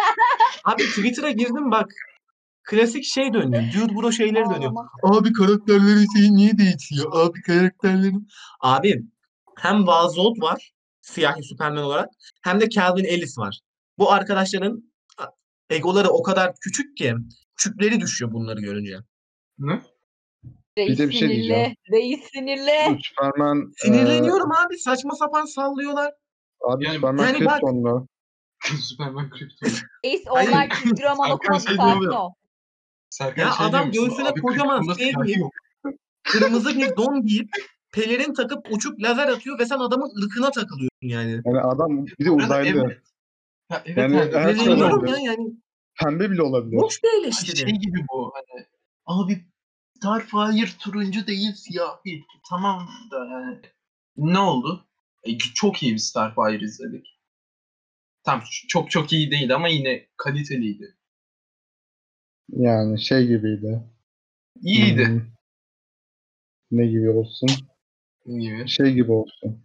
Speaker 2: Abi Twitter'a girdim bak. Klasik şey dönüyor. Dude bro şeyleri dönüyor.
Speaker 5: Ağlama.
Speaker 2: Abi karakterleri şey niye değişiyor? Abi karakterleri. Abi hem Vazot var siyahi Superman olarak hem de Calvin Ellis var. Bu arkadaşların a- egoları o kadar küçük ki küçükleri düşüyor bunları görünce.
Speaker 5: Reis
Speaker 6: Bir de bir şey
Speaker 5: sinirli.
Speaker 6: diyeceğim.
Speaker 5: Reis sinirli.
Speaker 6: Superman...
Speaker 2: E? Sinirleniyorum abi saçma sapan sallıyorlar.
Speaker 6: E, abi
Speaker 3: Yani-
Speaker 6: Superman
Speaker 2: yani
Speaker 6: yani
Speaker 2: bak-
Speaker 3: Superman kripto.
Speaker 5: Reis
Speaker 2: Hayır.
Speaker 5: onlar çizgi roman
Speaker 3: Hakan
Speaker 5: okumadı
Speaker 3: şey
Speaker 5: sakin
Speaker 3: diyor ya.
Speaker 5: ol.
Speaker 3: Serkan
Speaker 2: Ya
Speaker 3: şey
Speaker 2: adam
Speaker 3: diyor musun?
Speaker 2: göğsüne
Speaker 3: Abi
Speaker 2: kocaman
Speaker 3: kriptonda
Speaker 2: şey
Speaker 3: siyahi
Speaker 2: giyip-
Speaker 3: yok.
Speaker 2: Kırmızı bir don giyip pelerin takıp uçup lazer atıyor ve sen adamın ırkına takılıyorsun yani.
Speaker 6: Yani adam bir de
Speaker 3: Burada
Speaker 6: uzaylı.
Speaker 3: evet. Ya evet
Speaker 6: Yani
Speaker 3: yani,
Speaker 6: her
Speaker 3: öyle diyorum.
Speaker 6: şey
Speaker 2: Sinirleniyorum
Speaker 6: olabilir.
Speaker 2: ya yani.
Speaker 6: Pembe bile olabilir.
Speaker 2: Boş bir
Speaker 3: Ay,
Speaker 2: eleştiri.
Speaker 3: şey gibi bu hani abi Starfire turuncu değil siyahi. Tamam da yani ne oldu? E, çok iyi bir Starfire izledik. Tamam çok çok iyi değil ama yine kaliteliydi.
Speaker 6: Yani şey gibiydi.
Speaker 3: İyiydi.
Speaker 6: Hmm. Ne gibi olsun?
Speaker 3: Gibi.
Speaker 6: Şey gibi olsun.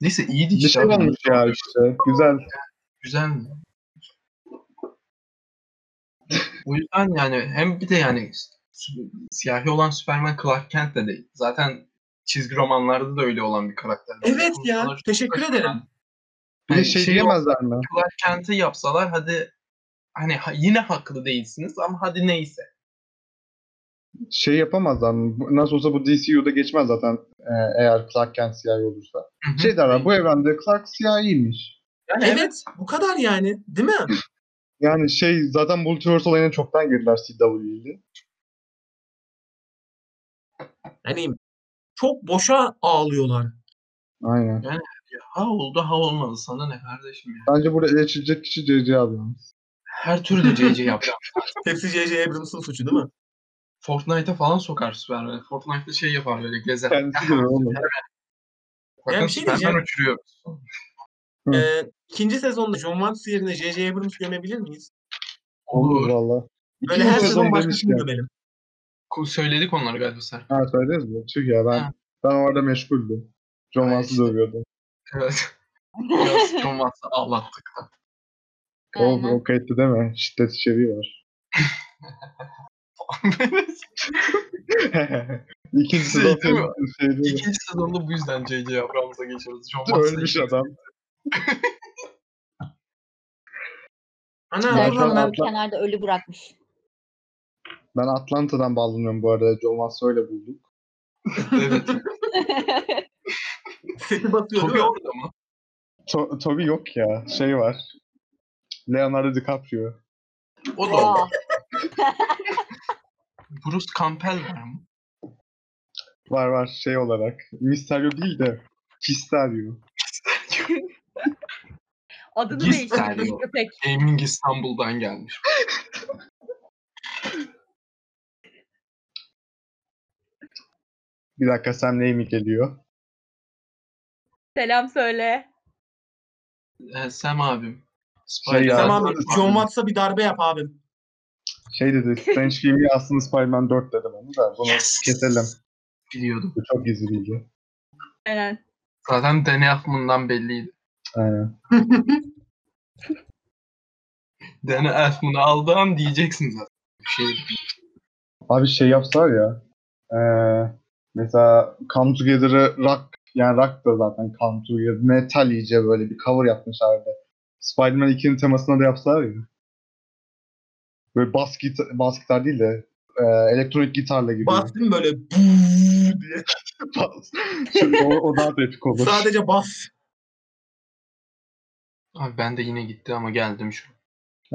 Speaker 3: Neyse iyiydi
Speaker 6: Bir
Speaker 3: işte.
Speaker 6: şey
Speaker 3: abi.
Speaker 6: olmuş ya işte. Güzel.
Speaker 3: Güzel mi? o yüzden yani hem bir de yani sü- siyahi olan Superman Clark Kent de değil. Zaten çizgi romanlarda da öyle olan bir karakter.
Speaker 2: Evet ya.
Speaker 3: Konuşmaları çok
Speaker 2: Teşekkür
Speaker 3: saçma.
Speaker 2: ederim.
Speaker 6: Bir de
Speaker 3: Hani
Speaker 6: şey
Speaker 3: şey
Speaker 6: diyemezler mi?
Speaker 3: Clark Kent'i yapsalar hadi hani ha- yine haklı değilsiniz ama hadi neyse.
Speaker 6: Şey yapamazlar mı? Bu- Nasıl olsa bu DCU'da geçmez zaten e, eğer Clark Kent siyahi olursa.
Speaker 3: Hı hı.
Speaker 6: Şey derler bu evrende Clark siyahiymiş.
Speaker 3: Yani
Speaker 2: Evet.
Speaker 3: evet.
Speaker 2: bu kadar yani. Değil mi?
Speaker 6: Yani şey zaten Multiverse olayına çoktan girdiler CW'li.
Speaker 2: Hani çok boşa ağlıyorlar.
Speaker 6: Aynen.
Speaker 3: Ya, ha oldu ha olmadı sana ne kardeşim ya.
Speaker 6: Bence burada eleştirecek kişi C.C. Abrams.
Speaker 3: Her türlü CC yapacağım.
Speaker 2: Hepsi J.J. Abrams'ın suçu değil mi?
Speaker 3: Fortnite'a falan sokar Superman. Fortnite'da şey yapar böyle gezer.
Speaker 6: Kendisi de oğlum.
Speaker 3: Bakın
Speaker 2: Ya bir şey diyeceğim.
Speaker 3: Superman uçuruyor.
Speaker 6: Hı.
Speaker 2: Ee, ikinci sezonda John Watts yerine J.J. Abrams gömebilir miyiz?
Speaker 6: Olur valla.
Speaker 2: Böyle
Speaker 6: İkinci
Speaker 2: her
Speaker 6: sezon
Speaker 2: sezon başkasını
Speaker 6: demişken.
Speaker 2: gömelim.
Speaker 3: Ku- Söyledik onları galiba sen.
Speaker 6: Ha söylediniz mi? Tüh ya ben,
Speaker 3: Ha.
Speaker 6: ben orada meşguldüm.
Speaker 3: Ha,
Speaker 6: John Watts'ı
Speaker 3: işte.
Speaker 6: dövüyordum.
Speaker 3: Evet. Biraz John Watts'ı ağlattık.
Speaker 6: O,
Speaker 5: Aynen.
Speaker 6: o kayıtlı değil mi? Şiddet içeriği var. İkinci
Speaker 3: Şey
Speaker 6: sezon
Speaker 3: değil mi?
Speaker 6: şey değil mi?
Speaker 3: İkinci sezonda bu yüzden J.J. Abrams'a geçiyoruz. John Watts'ı
Speaker 6: Ölmüş adam.
Speaker 2: Ana
Speaker 6: Belki
Speaker 5: Belki
Speaker 2: ulan
Speaker 6: onlar-
Speaker 2: ben-
Speaker 5: onları kenarda ölü bırakmış.
Speaker 6: Ben Atlanta'dan bağlanıyorum bu arada. John Watts'ı öyle bulduk.
Speaker 3: Evet.
Speaker 2: seti batıyor
Speaker 3: Toby
Speaker 2: değil mi?
Speaker 3: orada mı?
Speaker 6: To- Toby yok ya. Şey var. Leonardo DiCaprio.
Speaker 3: O da orada.
Speaker 5: Aa,
Speaker 3: Bruce Campbell var mı?
Speaker 6: Var var şey olarak. Mysterio değil de Kisterio.
Speaker 4: Adını
Speaker 3: Gizli
Speaker 4: değiştirmiş
Speaker 3: galiba.
Speaker 4: köpek.
Speaker 3: Gaming İstanbul'dan gelmiş.
Speaker 6: Bir dakika Sam Raimi geliyor.
Speaker 4: Selam söyle.
Speaker 3: Ee, Sam abim.
Speaker 6: Şey ya.
Speaker 2: Tamam
Speaker 3: Spider-Man
Speaker 2: John Watts'a bir darbe yap abim.
Speaker 6: Şey dedi. Strange Gaming aslında Spider-Man 4 dedi bana da. Bunu
Speaker 3: Yes.
Speaker 6: keselim.
Speaker 3: Biliyordum.
Speaker 6: Bu çok gizli bilgi.
Speaker 4: Aynen.
Speaker 3: Zaten Danny Elfman'dan belliydi.
Speaker 6: Aynen.
Speaker 3: Danny Elfman'ı aldan diyeceksin zaten. Bir Şey,
Speaker 6: Abi şey yapsalar ya. Ee, mesela Come Together'ı rock yani rock da zaten Come Together metal iyice böyle bir cover yapmışlardı. Spider-Man 2'nin temasına da yapsalar ya. Böyle bas gitar, bas gitar değil de e, elektronik gitarla gibi.
Speaker 2: Bastım böyle "Buuu" diye.
Speaker 6: Bas. Çünkü o, o daha da epik olur.
Speaker 2: Sadece bas.
Speaker 3: abi ben de yine gitti ama geldim şu an.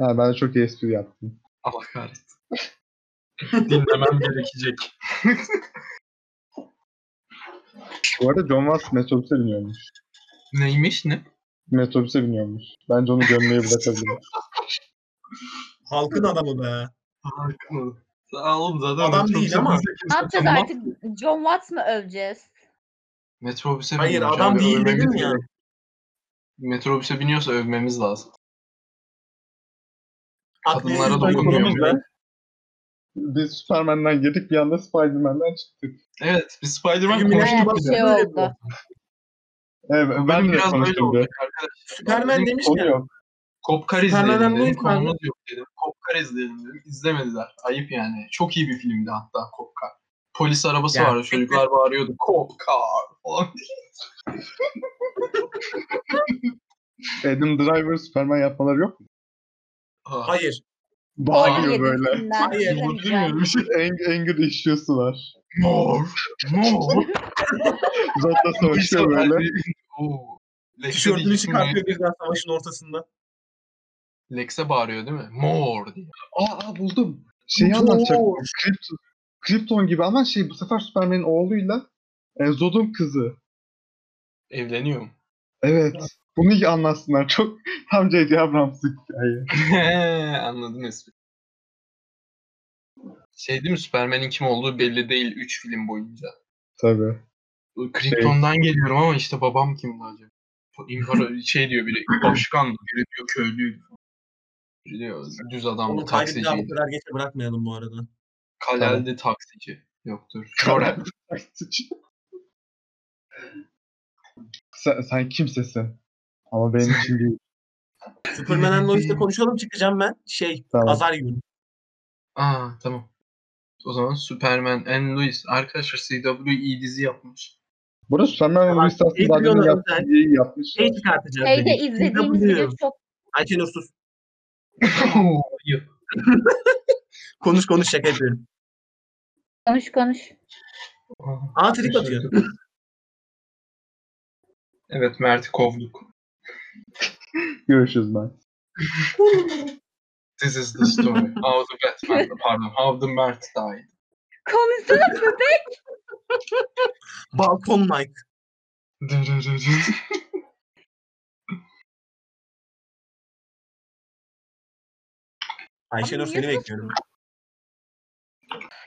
Speaker 6: Ha, ben de çok iyi espri yaptım.
Speaker 3: Allah kahretsin. Dinlemem gerekecek.
Speaker 6: Bu arada John Watts metrobüse biniyormuş.
Speaker 3: Neymiş ne?
Speaker 6: Metrobüse biniyormuş. Bence onu gömmeye bırakabilirim.
Speaker 7: Halkın adamı be.
Speaker 3: Hakkını. Aa, oğlum zaten
Speaker 7: Adam
Speaker 3: metrobüse
Speaker 7: değil ama.
Speaker 3: binecek
Speaker 5: Ne
Speaker 3: insan.
Speaker 5: yapacağız
Speaker 3: Tamam.
Speaker 5: artık? John Watts mı öveceğiz?
Speaker 3: Metrobüse
Speaker 2: Hayır,
Speaker 3: biniyor.
Speaker 2: adam
Speaker 3: Abi,
Speaker 2: değil
Speaker 3: övmemiz
Speaker 2: dedim ya.
Speaker 3: gerek. Metrobüse biniyorsa övmemiz lazım.
Speaker 2: Akbilsiz
Speaker 3: Kadınlara dokunuyor.
Speaker 2: dokunduğumuz be.
Speaker 6: Biz Superman'den girdik bir anda Spider-Man'den çıktık.
Speaker 3: Evet, biz Spider-Man
Speaker 2: Bugün
Speaker 3: konuştuk.
Speaker 2: Bayağı
Speaker 5: Bayağı
Speaker 2: bir
Speaker 5: bir
Speaker 2: şey
Speaker 5: şey oldu.
Speaker 6: Evet,
Speaker 3: Ben
Speaker 6: ben de
Speaker 3: biraz böyle
Speaker 6: konuştum.
Speaker 3: olduk
Speaker 6: bir.
Speaker 3: arkadaşlar.
Speaker 2: Superman demiş
Speaker 6: Konu
Speaker 2: ya.
Speaker 6: yok.
Speaker 3: Kopkar
Speaker 2: Superman'den
Speaker 3: izleyelim dedim.
Speaker 2: buyuz ben de.
Speaker 3: Konumuz yok dedim. Kopkar izleyelim dedim. İzlemediler. Ayıp yani. Çok iyi bir filmdi hatta Kopkar. Polis arabası
Speaker 2: Yani
Speaker 3: vardı. Çocuklar bağırıyordu. Kopkar falan.
Speaker 6: Adam Driver Superman yapmaları yok mu?
Speaker 3: Ah,
Speaker 2: Hayır.
Speaker 6: Bağırıyor böyle.
Speaker 2: Hayır,
Speaker 5: Hayır.
Speaker 3: Unutulmuyor bir şey.
Speaker 6: Ang anger issue'su var.
Speaker 3: Mor. Mor.
Speaker 6: Zotla savaşıyor böyle.
Speaker 3: Oo. Lex'e
Speaker 2: Tişörtünü
Speaker 3: diyecektim,
Speaker 2: çıkartıyor birden savaşın ortasında.
Speaker 3: Lex'e bağırıyor değil mi? Mor diye.
Speaker 6: Aa, aa, buldum. Şeyi anlatacak. Krypton, Krypton gibi ama şey bu sefer Superman'in oğluyla e, Zod'un kızı.
Speaker 3: Evleniyor mu?
Speaker 6: Evet. Bunu iyi anlatsınlar. Çok tam J.J. Abrams'ın hikaye.
Speaker 3: Anladım espri. Şey değil mi? Superman'in kim olduğu belli değil 3 film boyunca.
Speaker 6: Tabii.
Speaker 3: Krypton'dan geliyorum ama işte babam kimdi acaba? İmpara şey diyor biri başkan biri diyor köylüydü. Biri diyor düz adam
Speaker 2: Onun kaydını daha bu
Speaker 3: taksici.
Speaker 2: kadar geçe bırakmayalım bu arada.
Speaker 3: Kaleldi taksici. Yoktur. Şorel.
Speaker 6: sen, sen kimsesin? Ama benim için değil.
Speaker 2: Superman'le Lois'le konuşalım çıkacağım ben. Şey,
Speaker 6: Tamam.
Speaker 2: azar gibi.
Speaker 3: Aa tamam. O zaman Superman and Lois arkadaşlar CW iyi dizi yapmış.
Speaker 6: Burada Superman
Speaker 2: Tamam,
Speaker 6: ve Luis aslında
Speaker 2: Adrian'a
Speaker 6: adamın
Speaker 2: özel-
Speaker 6: yaptığı iyi yapmış.
Speaker 2: Şey çıkartacağız.
Speaker 5: Şeyde
Speaker 2: dedik.
Speaker 5: izlediğimiz
Speaker 2: CW.
Speaker 5: video çok
Speaker 2: Ayşenur sus. Konuş konuş şaka yapıyorum.
Speaker 5: konuş konuş.
Speaker 2: Aa trip atıyor.
Speaker 3: Evet Mert'i kovduk.
Speaker 6: Görüşürüz ben.
Speaker 3: This is the story. How the Batman, pardon, How the Mert died.
Speaker 5: Konuşsana köpek.
Speaker 2: Balkon Mike. Ayşenur
Speaker 5: Abi
Speaker 2: seni
Speaker 5: niye sus-
Speaker 2: bekliyorum.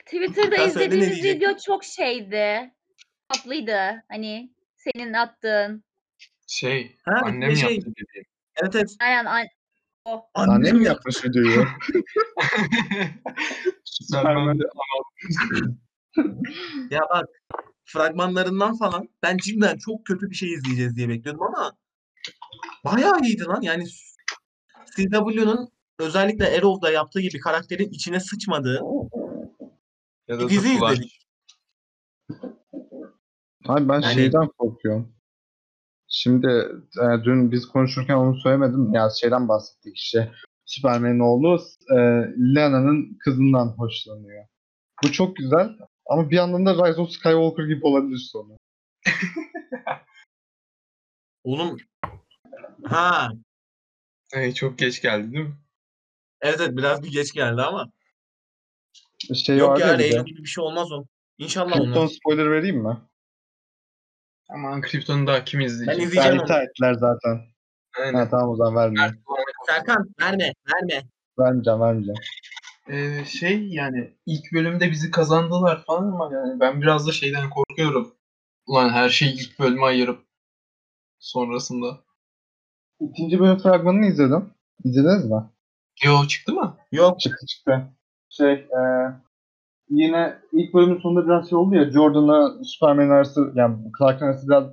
Speaker 5: Twitter'da
Speaker 2: Ya söyle ne
Speaker 5: izlediğimiz
Speaker 2: diyecektin?
Speaker 5: video çok şeydi. Tatlıydı. Hani senin attığın.
Speaker 3: şey,
Speaker 2: Ha,
Speaker 3: annem
Speaker 2: bir şey.
Speaker 3: yaptı dedi.
Speaker 2: Evet evet.
Speaker 5: Aynen aynen. O.
Speaker 6: Annem mi yapmış videoyu?
Speaker 3: Superman de
Speaker 2: Ya bak fragmanlarından falan ben cidden çok kötü bir şey izleyeceğiz diye bekliyordum ama bayağı iyiydi lan. Yani CW'nun özellikle Arrow'da yaptığı gibi karakterin içine sıçmadığı
Speaker 3: ya
Speaker 2: Bir
Speaker 3: da
Speaker 2: dizi
Speaker 3: The Flash.
Speaker 2: izledik.
Speaker 6: Abi ben
Speaker 2: Yani-
Speaker 6: şeyden korkuyorum. Şimdi e, dün biz konuşurken onu söylemedim. Ya şeyden bahsettik işte. Superman'in oğlu e, Lena'nın kızından hoşlanıyor. Bu çok güzel ama bir yandan da Rise of Skywalker gibi olabilir sonu.
Speaker 2: Oğlum ha
Speaker 3: Ay, çok geç geldi değil mi?
Speaker 2: evet evet biraz bir geç geldi ama
Speaker 6: Şey
Speaker 2: yok
Speaker 6: var
Speaker 2: ya
Speaker 6: ya bir
Speaker 2: Reyna
Speaker 6: de.
Speaker 2: gibi bir şey olmaz o. İnşallah
Speaker 6: Krypton
Speaker 2: olmaz.
Speaker 6: spoiler vereyim mi?
Speaker 3: Aman Krypton'u daha kim izleyecek?
Speaker 2: Ben izleyeceğim.
Speaker 6: Ben
Speaker 2: onu.
Speaker 6: iptal ettiler zaten.
Speaker 3: Aynen.
Speaker 6: Ha, tamam o zaman vermeyeceğim.
Speaker 2: Serkan verme verme.
Speaker 6: Vermeyeceğim vermeyeceğim.
Speaker 3: Ee, şey yani ilk bölümde bizi kazandılar falan ama yani ben biraz da şeyden korkuyorum. Ulan her şeyi ilk bölüme ayırıp sonrasında.
Speaker 6: İkinci bölüm fragmanını izledim. İzlediniz mi?
Speaker 3: Yo çıktı mı?
Speaker 2: Yok
Speaker 6: Çıktı çıktı. Şey eee, yine ilk bölümün sonunda biraz şey oldu ya Jordan'la Superman arası yani Clark'ın arası biraz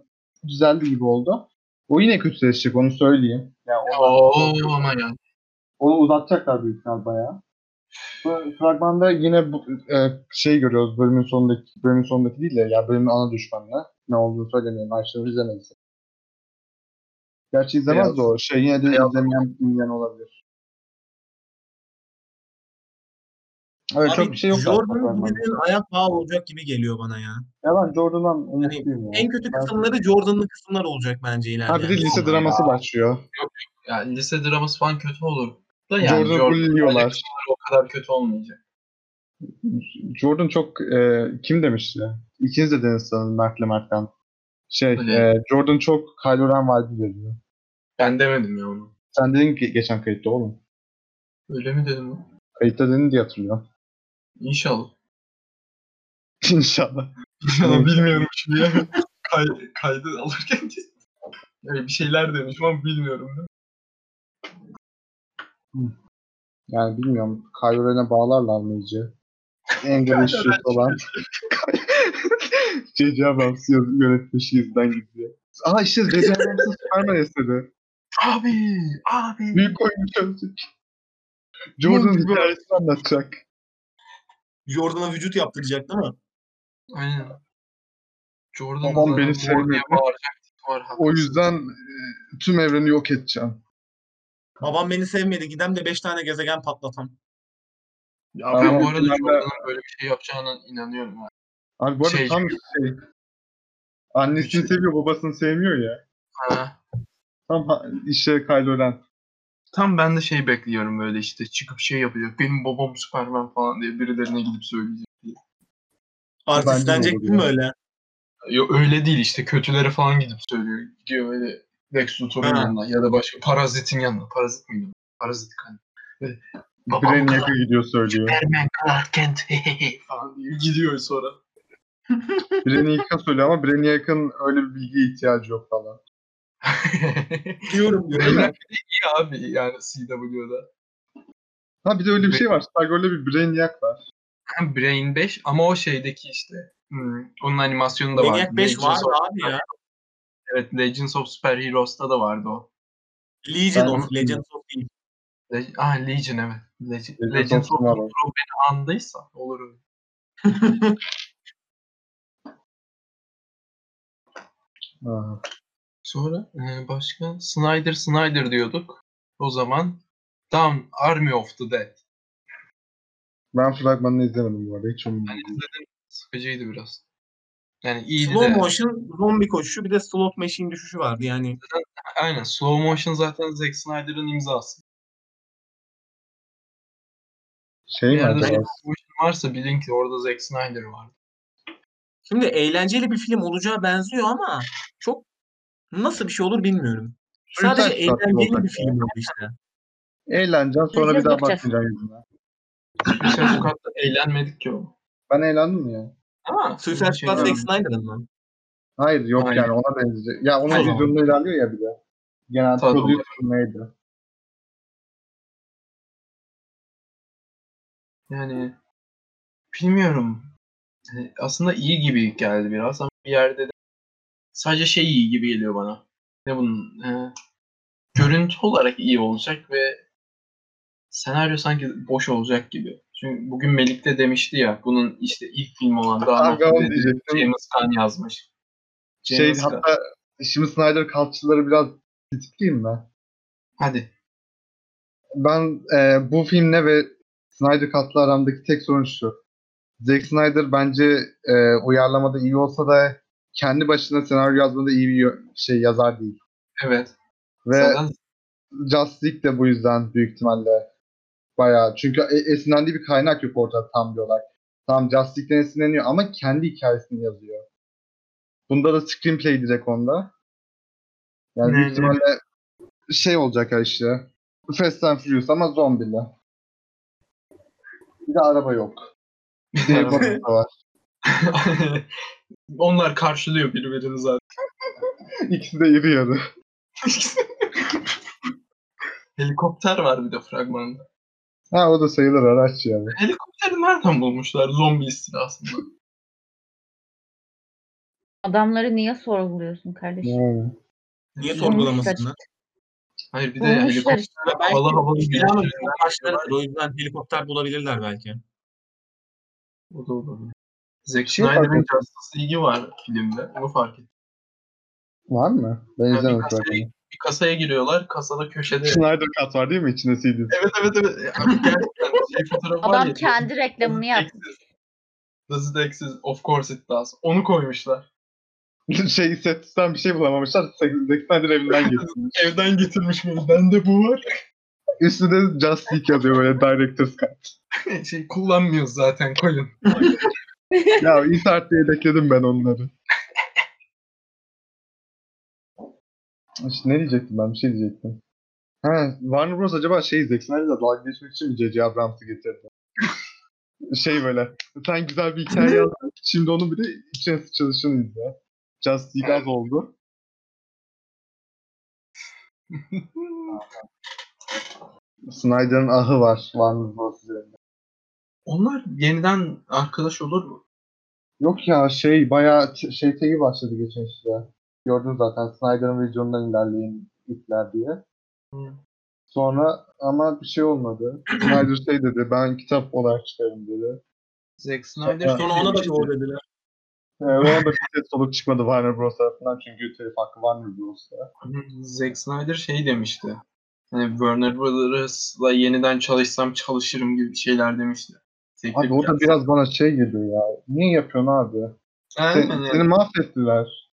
Speaker 6: düzeldi gibi oldu. O yine kötüleşecek onu söyleyeyim. Yani
Speaker 3: Oo ama yani.
Speaker 6: onu uzatacaklar büyük ihtimal bayağı. Bu fragmanda yine bu, e, şey görüyoruz bölümün sonundaki bölümün sonundaki değil de ya bölümün ana düşmanına ne olduğunu söylemeyeyim. Ayşenur izlemedi. Gerçi izlemez de o. Şey yine de izlemeyen dinleyen olabilir. Evet çok bir şey yok. aslında
Speaker 2: Jordan bu
Speaker 6: fragmanda.
Speaker 2: dizinin ayak bağı olacak gibi geliyor bana ya.
Speaker 6: Ya ben Jordan'dan umutluyum ya.
Speaker 2: En kötü
Speaker 6: Ben-
Speaker 2: kısımları Jordan'lı kısımlar olacak bence ileride.
Speaker 6: Ha bir de
Speaker 2: yani.
Speaker 6: lise draması başlıyor.
Speaker 3: Yani lise draması falan kötü olur. Da yani
Speaker 6: Jordan'ı bulliyorlar.
Speaker 3: o kadar kötü olmayacak.
Speaker 6: Jordan çok e, kim demişti? İkiniz de dediniz sanırım Mert'le Mert'ten. Şey
Speaker 3: Öyle.
Speaker 6: e, Jordan çok Kylo Ren vibe veriyor.
Speaker 3: Ben demedim ya onu.
Speaker 6: Sen dedin ki geçen kayıtta oğlum.
Speaker 3: Öyle mi dedim lan?
Speaker 6: Kayıtta dedin diye hatırlıyorum.
Speaker 3: İnşallah.
Speaker 6: İnşallah.
Speaker 3: İnşallah bilmiyorum şimdi ya. Kay, kaydı alırken öyle bir şeyler demişim ama bilmiyorum. değil mi?
Speaker 6: Yani bilmiyorum. Kylo'ya bağlarlar mı iyice? En geniş şut olan. J.J. Abrams yönetmiş yüzden gidiyor. Aa işte J.J. Abrams'ın Superman eseri.
Speaker 3: Abi, abi.
Speaker 6: Büyük oyun çözdük. Jordan
Speaker 3: Multiverse.
Speaker 6: hikayesini anlatacak.
Speaker 7: Jordan'a vücut yaptıracak değil mi?
Speaker 3: Aynen. Jordan
Speaker 6: Babam
Speaker 3: zaten
Speaker 6: beni
Speaker 3: Mor
Speaker 6: sevmiyor.
Speaker 3: diye bağıracak tip var. haklısın.
Speaker 6: O yüzden e, tüm evreni yok edeceğim.
Speaker 7: Babam beni sevmedi. Gidem de 5 tane gezegen patlatam.
Speaker 3: Ya
Speaker 6: Ama
Speaker 3: ben bu arada
Speaker 6: ben de-
Speaker 3: Jordan'ın böyle bir şey yapacağına inanıyorum. ya.
Speaker 6: Abi bu arada
Speaker 3: Şey-
Speaker 6: tam bir şey. Annesini
Speaker 3: Üç-
Speaker 6: seviyor, babasını sevmiyor ya.
Speaker 3: Ha.
Speaker 6: Tam ha- işte Kylo Ren.
Speaker 3: Tam ben de şey bekliyorum böyle işte çıkıp şey yapacak. Benim babam Superman falan diye birilerine gidip söyleyecek. diye.
Speaker 7: Artistlenecek
Speaker 6: olur
Speaker 7: değil mi
Speaker 6: ya.
Speaker 7: öyle?
Speaker 3: Ya öyle değil işte kötülere falan gidip söylüyor. Gidiyor öyle Lex Luthor'un
Speaker 7: Ha.
Speaker 3: yanına ya da başka Parazit'in yanına. Parazit miydi? Parazit kanka. Böyle, Babam
Speaker 6: Brainiac'a gidiyor söylüyor.
Speaker 3: Superman Clark Kent falan diye gidiyor sonra.
Speaker 6: Brainiac'a söylüyor ama Brainiac'ın öyle bir bilgiye ihtiyacı yok falan.
Speaker 7: Diyorum diyorum.
Speaker 3: Brainiac de iyi abi yani CW'da.
Speaker 6: Ha bir de öyle bir şey var. Stargirl'de bir Brainiac var.
Speaker 3: Hem Brain 5 ama o şeydeki işte. Hmm, onun animasyonu da var.
Speaker 7: Maniac 5
Speaker 3: Legends
Speaker 7: vardı
Speaker 3: of-
Speaker 7: abi ya.
Speaker 3: Evet Legends of Super Heroes'ta da vardı o.
Speaker 7: Legion
Speaker 6: Ben-
Speaker 7: of Legends of değil.
Speaker 3: Le- ah Legion evet. Leg-
Speaker 6: Legends
Speaker 3: Legends
Speaker 6: of
Speaker 3: of
Speaker 6: Tomorrow.
Speaker 3: Tomorrow beni andıysa olur öyle.
Speaker 6: Ha.
Speaker 3: Sonra e, başka Snyder Snyder diyorduk. O zaman Down Army of the Dead.
Speaker 6: Ben fragmanını izlemedim bu arada. Hiç umurumda
Speaker 3: Ben
Speaker 6: değil.
Speaker 3: izledim. Sıkıcıydı biraz. Yani iyiydi
Speaker 7: Slow
Speaker 3: de.
Speaker 7: motion zombi koşuşu bir de slot machine düşüşü vardı yani.
Speaker 3: Aynen. Slow motion zaten Zack Snyder'ın imzası.
Speaker 6: Şey
Speaker 3: Bir
Speaker 6: mi
Speaker 3: yerde
Speaker 6: acaba?
Speaker 3: slow motion varsa bilin ki orada Zack Snyder vardı.
Speaker 7: Şimdi eğlenceli bir film olacağı benziyor ama çok nasıl bir şey olur bilmiyorum. Sadece
Speaker 6: Suicide Squad
Speaker 7: eğlenceli
Speaker 6: olacak
Speaker 7: bir
Speaker 6: ya.
Speaker 7: film oldu işte.
Speaker 6: Eğleneceğim sonra bir
Speaker 5: Göreceğiz,
Speaker 6: daha
Speaker 5: bakacağız.
Speaker 6: bakmayacağım yüzüne.
Speaker 3: Suicide Squad'da eğlenmedik ki o.
Speaker 6: Ben eğlendim ya.
Speaker 3: Ama
Speaker 7: Suicide Squad
Speaker 3: şey-
Speaker 7: Zack Snyder'ın mı?
Speaker 6: Hayır yok
Speaker 3: Aynen.
Speaker 6: yani ona benzeyecek. Ya onun
Speaker 7: Hayır.
Speaker 6: vizyonunda ilerliyor ya bir de. Genelde
Speaker 3: Tabii.
Speaker 6: prodüksiyon neydi?
Speaker 3: Yani bilmiyorum. Yani Aslında iyi gibi geldi biraz ama bir yerde de sadece şey iyi gibi geliyor bana. Ne bunun? e, görüntü olarak iyi olacak ve senaryo sanki boş olacak gibi. Çünkü bugün Melik de demişti ya bunun işte ilk film olan daha
Speaker 6: Abi onu diyecektim.
Speaker 3: James Gunn yazmış.
Speaker 6: Şey
Speaker 3: James Gunn.
Speaker 6: hatta şimdi Snyder kalçıları biraz titikleyeyim ben.
Speaker 3: Hadi.
Speaker 6: Ben e, bu filmle ve Snyder Cut'la aramdaki tek sorun şu. Zack Snyder bence e, uyarlamada iyi olsa da kendi başına senaryo yazmada iyi bir yo- şey yazar değil.
Speaker 3: Evet.
Speaker 6: Ve
Speaker 3: Zaten
Speaker 6: Justice League de bu yüzden büyük ihtimalle bayağı. Çünkü e- esinlendiği bir kaynak yok ortada tam bir olarak. Tam Justice League'den esinleniyor ama kendi hikayesini yazıyor. Bunda da screenplay direkt onda. Yani büyük
Speaker 3: Ne-
Speaker 6: ihtimalle şey olacak ya işte. Fast and Furious ama zombili. Bir de araba yok. Bir de Batista var.
Speaker 3: onlar karşılıyor birbirini zaten.
Speaker 6: İkisi de iri yarı.
Speaker 3: Helikopter var bir de fragmanında.
Speaker 6: Ha o da sayılır araç yani.
Speaker 3: Helikopteri nereden bulmuşlar zombi istilasında?
Speaker 5: Adamları niye sorguluyorsun kardeşim?
Speaker 6: Yani.
Speaker 7: Niye
Speaker 3: Bulmuşlar
Speaker 7: sorgulamasınlar?
Speaker 3: Hayır bir de
Speaker 5: Bulmuşlar
Speaker 3: helikopter
Speaker 5: işte.
Speaker 7: Belki
Speaker 3: havalı havalı
Speaker 2: Şey
Speaker 7: İlhan'ın
Speaker 3: bir
Speaker 7: çok başlarıdır, O yüzden helikopter bulabilirler belki.
Speaker 3: O da olabilir. Zack
Speaker 6: Şey fark
Speaker 3: Snyder'ın
Speaker 6: ettim.
Speaker 3: Justice League'i var filmde. Onu fark ettim.
Speaker 6: Var mı? Ben
Speaker 3: Yani
Speaker 6: izlemedim.
Speaker 3: bir, kasaya,
Speaker 6: zaten.
Speaker 3: bir kasaya giriyorlar. Kasada köşede.
Speaker 6: Snyder Cut var değil mi içinde CD?
Speaker 3: evet evet evet. Abi gerçekten şey fotoğrafı var
Speaker 5: Adam
Speaker 3: ya.
Speaker 5: kendi reklamını yaptı.
Speaker 3: This is Texas, of course it does. Onu koymuşlar.
Speaker 6: şey setten bir şey bulamamışlar. Zack Snyder evinden getirmiş.
Speaker 3: Evden getirmiş bunu. Bende bu var.
Speaker 6: Üstünde Just League yazıyor böyle Director's Cut.
Speaker 3: şey kullanmıyoruz zaten koyun.
Speaker 6: Ya insert diye yedekledim ben onları. İşte ne diyecektim ben? Bir şey diyecektim. Ha, Warner Bros. acaba şey Zack Snyder'la dalga geçmek için mi J.J. Abrams'ı getirdi? şey böyle. Sen güzel bir hikaye yazdın. Şimdi onun bir de içine sıçralışını izle. Just League az oldu. Snyder'ın ahı var Warner Bros. üzerinde.
Speaker 3: Onlar yeniden arkadaş olur mu?
Speaker 6: Yok ya şey bayağı ç- şey teki başladı geçen işte. Gördün zaten Snyder'ın vizyonundan ilerleyin ilkler diye.
Speaker 3: Hı.
Speaker 6: Sonra ama bir şey olmadı. Snyder şey dedi ben kitap olarak çıkarım dedi.
Speaker 3: Zack şey- Snyder
Speaker 6: Evet.
Speaker 7: Sonra ona da doğru dediler.
Speaker 6: Ee, ona da bir ses soluk çıkmadı Warner Bros. tarafından çünkü telif hakkı Warner Bros'ta.
Speaker 3: Hani Zack Snyder şey demişti. Hani Warner Brothers'la yeniden çalışsam çalışırım gibi bir şeyler demişti. Teklif
Speaker 6: Abi o da
Speaker 3: yaptı.
Speaker 6: biraz bana şey geliyor ya. Niye yapıyorsun abi?
Speaker 3: Aynen
Speaker 6: Sen,
Speaker 3: yani.
Speaker 6: seni mahvettiler.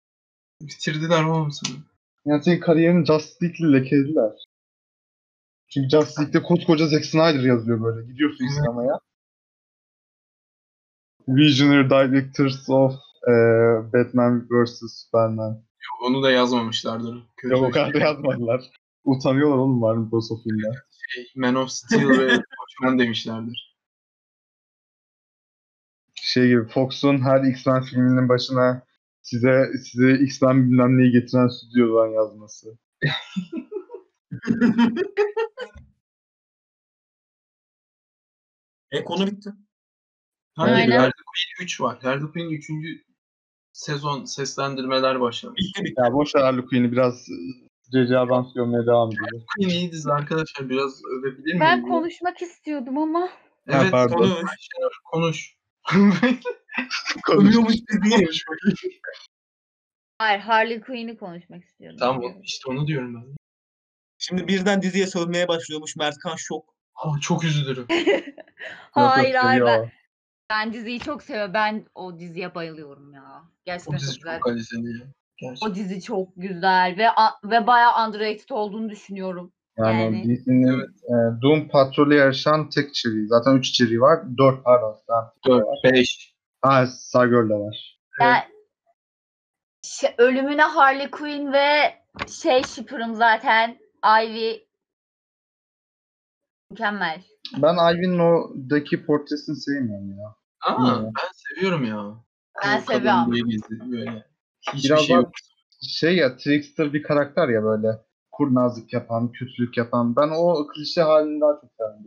Speaker 3: Bitirdiler oğlum seni.
Speaker 6: Yani senin kariyerini Justice League'le lekelediler. Çünkü Justice League'de koskoca Zack Snyder yazıyor böyle. Gidiyorsun
Speaker 3: Evet.
Speaker 6: sinemaya. Visionary Directors of e, Batman vs. Superman.
Speaker 3: Onu da yazmamışlardır. Kötü şey,
Speaker 6: Yok o kadar da yazmadılar. Utanıyorlar oğlum var mı Bros of Film'den.
Speaker 3: şey. Man of Steel ve Watchmen demişlerdir.
Speaker 6: Şey gibi Fox'un her X-Men filminin başına size size X-Men bilmem neyi getiren stüdyodan yazması.
Speaker 7: E konu bitti.
Speaker 3: Hangi
Speaker 5: Aynen.
Speaker 3: Harley Quinn 3 var. Harley Quinn 3. sezon seslendirmeler başlamış.
Speaker 7: Bitti bitti.
Speaker 6: Ya boş ver Harley Quinn'i biraz C.C. Abrams yormaya devam ediyor.
Speaker 3: Quinn iyi dizi arkadaşlar. Biraz övebilir miyim?
Speaker 5: Ben konuşmak istiyordum ama
Speaker 6: Ha,
Speaker 3: Evet
Speaker 6: pardon.
Speaker 3: konuş. Ayşenur, konuş.
Speaker 6: Konuş.
Speaker 3: diye.
Speaker 5: hayır Harley Quinn'i konuşmak istiyordum.
Speaker 3: Tamam işte onu diyorum ben.
Speaker 7: Şimdi birden diziye sövmeye başlıyormuş Mertkan şok.
Speaker 3: Aa, Ah, çok üzülürüm.
Speaker 5: Hayır hayır ben,
Speaker 6: seviyor.
Speaker 4: Ben diziyi çok seviyorum. Ben o diziye bayılıyorum ya. Gerçekten
Speaker 3: O
Speaker 4: çok
Speaker 3: dizi
Speaker 4: güzel.
Speaker 3: çok kaliteli. ya. Gerçekten.
Speaker 4: O dizi çok güzel ve a- ve bayağı underrated olduğunu düşünüyorum.
Speaker 6: Yani,
Speaker 4: Yani.
Speaker 6: DC'nin e, Doom Patrol'e yarışan tek içeriği. Zaten 3 içeriği var. 4 pardon. Ha,
Speaker 3: 4, 5.
Speaker 6: ha Stargirl de var.
Speaker 4: Ben Şey- ölümüne Harley Quinn ve şey şıpırım zaten Ivy mükemmel.
Speaker 6: Ben Ivy'nin o'daki portresini sevmiyorum ya.
Speaker 3: Aa
Speaker 6: Hmm.
Speaker 3: ben seviyorum ya.
Speaker 4: Ben
Speaker 3: O kadın
Speaker 4: seviyorum.
Speaker 3: böyle gizli, böyle. Hiçbir
Speaker 6: Biraz
Speaker 3: şey
Speaker 6: daha-
Speaker 3: yok.
Speaker 6: şey ya trickster bir karakter ya böyle kurnazlık yapan, kötülük yapan. Ben o klişe halini daha çok seviyorum.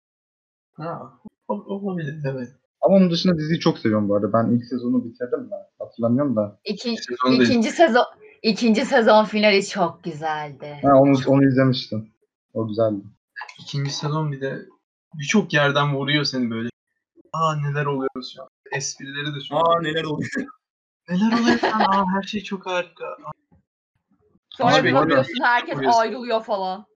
Speaker 3: Ha, ol- olabilir evet.
Speaker 6: Ama onun dışında diziyi çok seviyorum bu arada. Ben ilk sezonu bitirdim ben. Hatırlamıyorum da.
Speaker 4: İki,
Speaker 3: Sezon değil.
Speaker 4: ikinci sezon ikinci sezon finali çok güzeldi.
Speaker 6: Ha, onu, onu izlemiştim. O güzeldi.
Speaker 3: İkinci sezon bir de birçok yerden vuruyor seni böyle. Aa neler oluyoruz şu an. Esprileri de çok.
Speaker 7: Aa neler oluyor.
Speaker 3: Neler oluyor şu an? Aa her şey çok harika. Aa,
Speaker 4: Sonra
Speaker 6: Abi,
Speaker 4: bir bakıyorsun herkes
Speaker 3: Orası.
Speaker 4: ayrılıyor falan.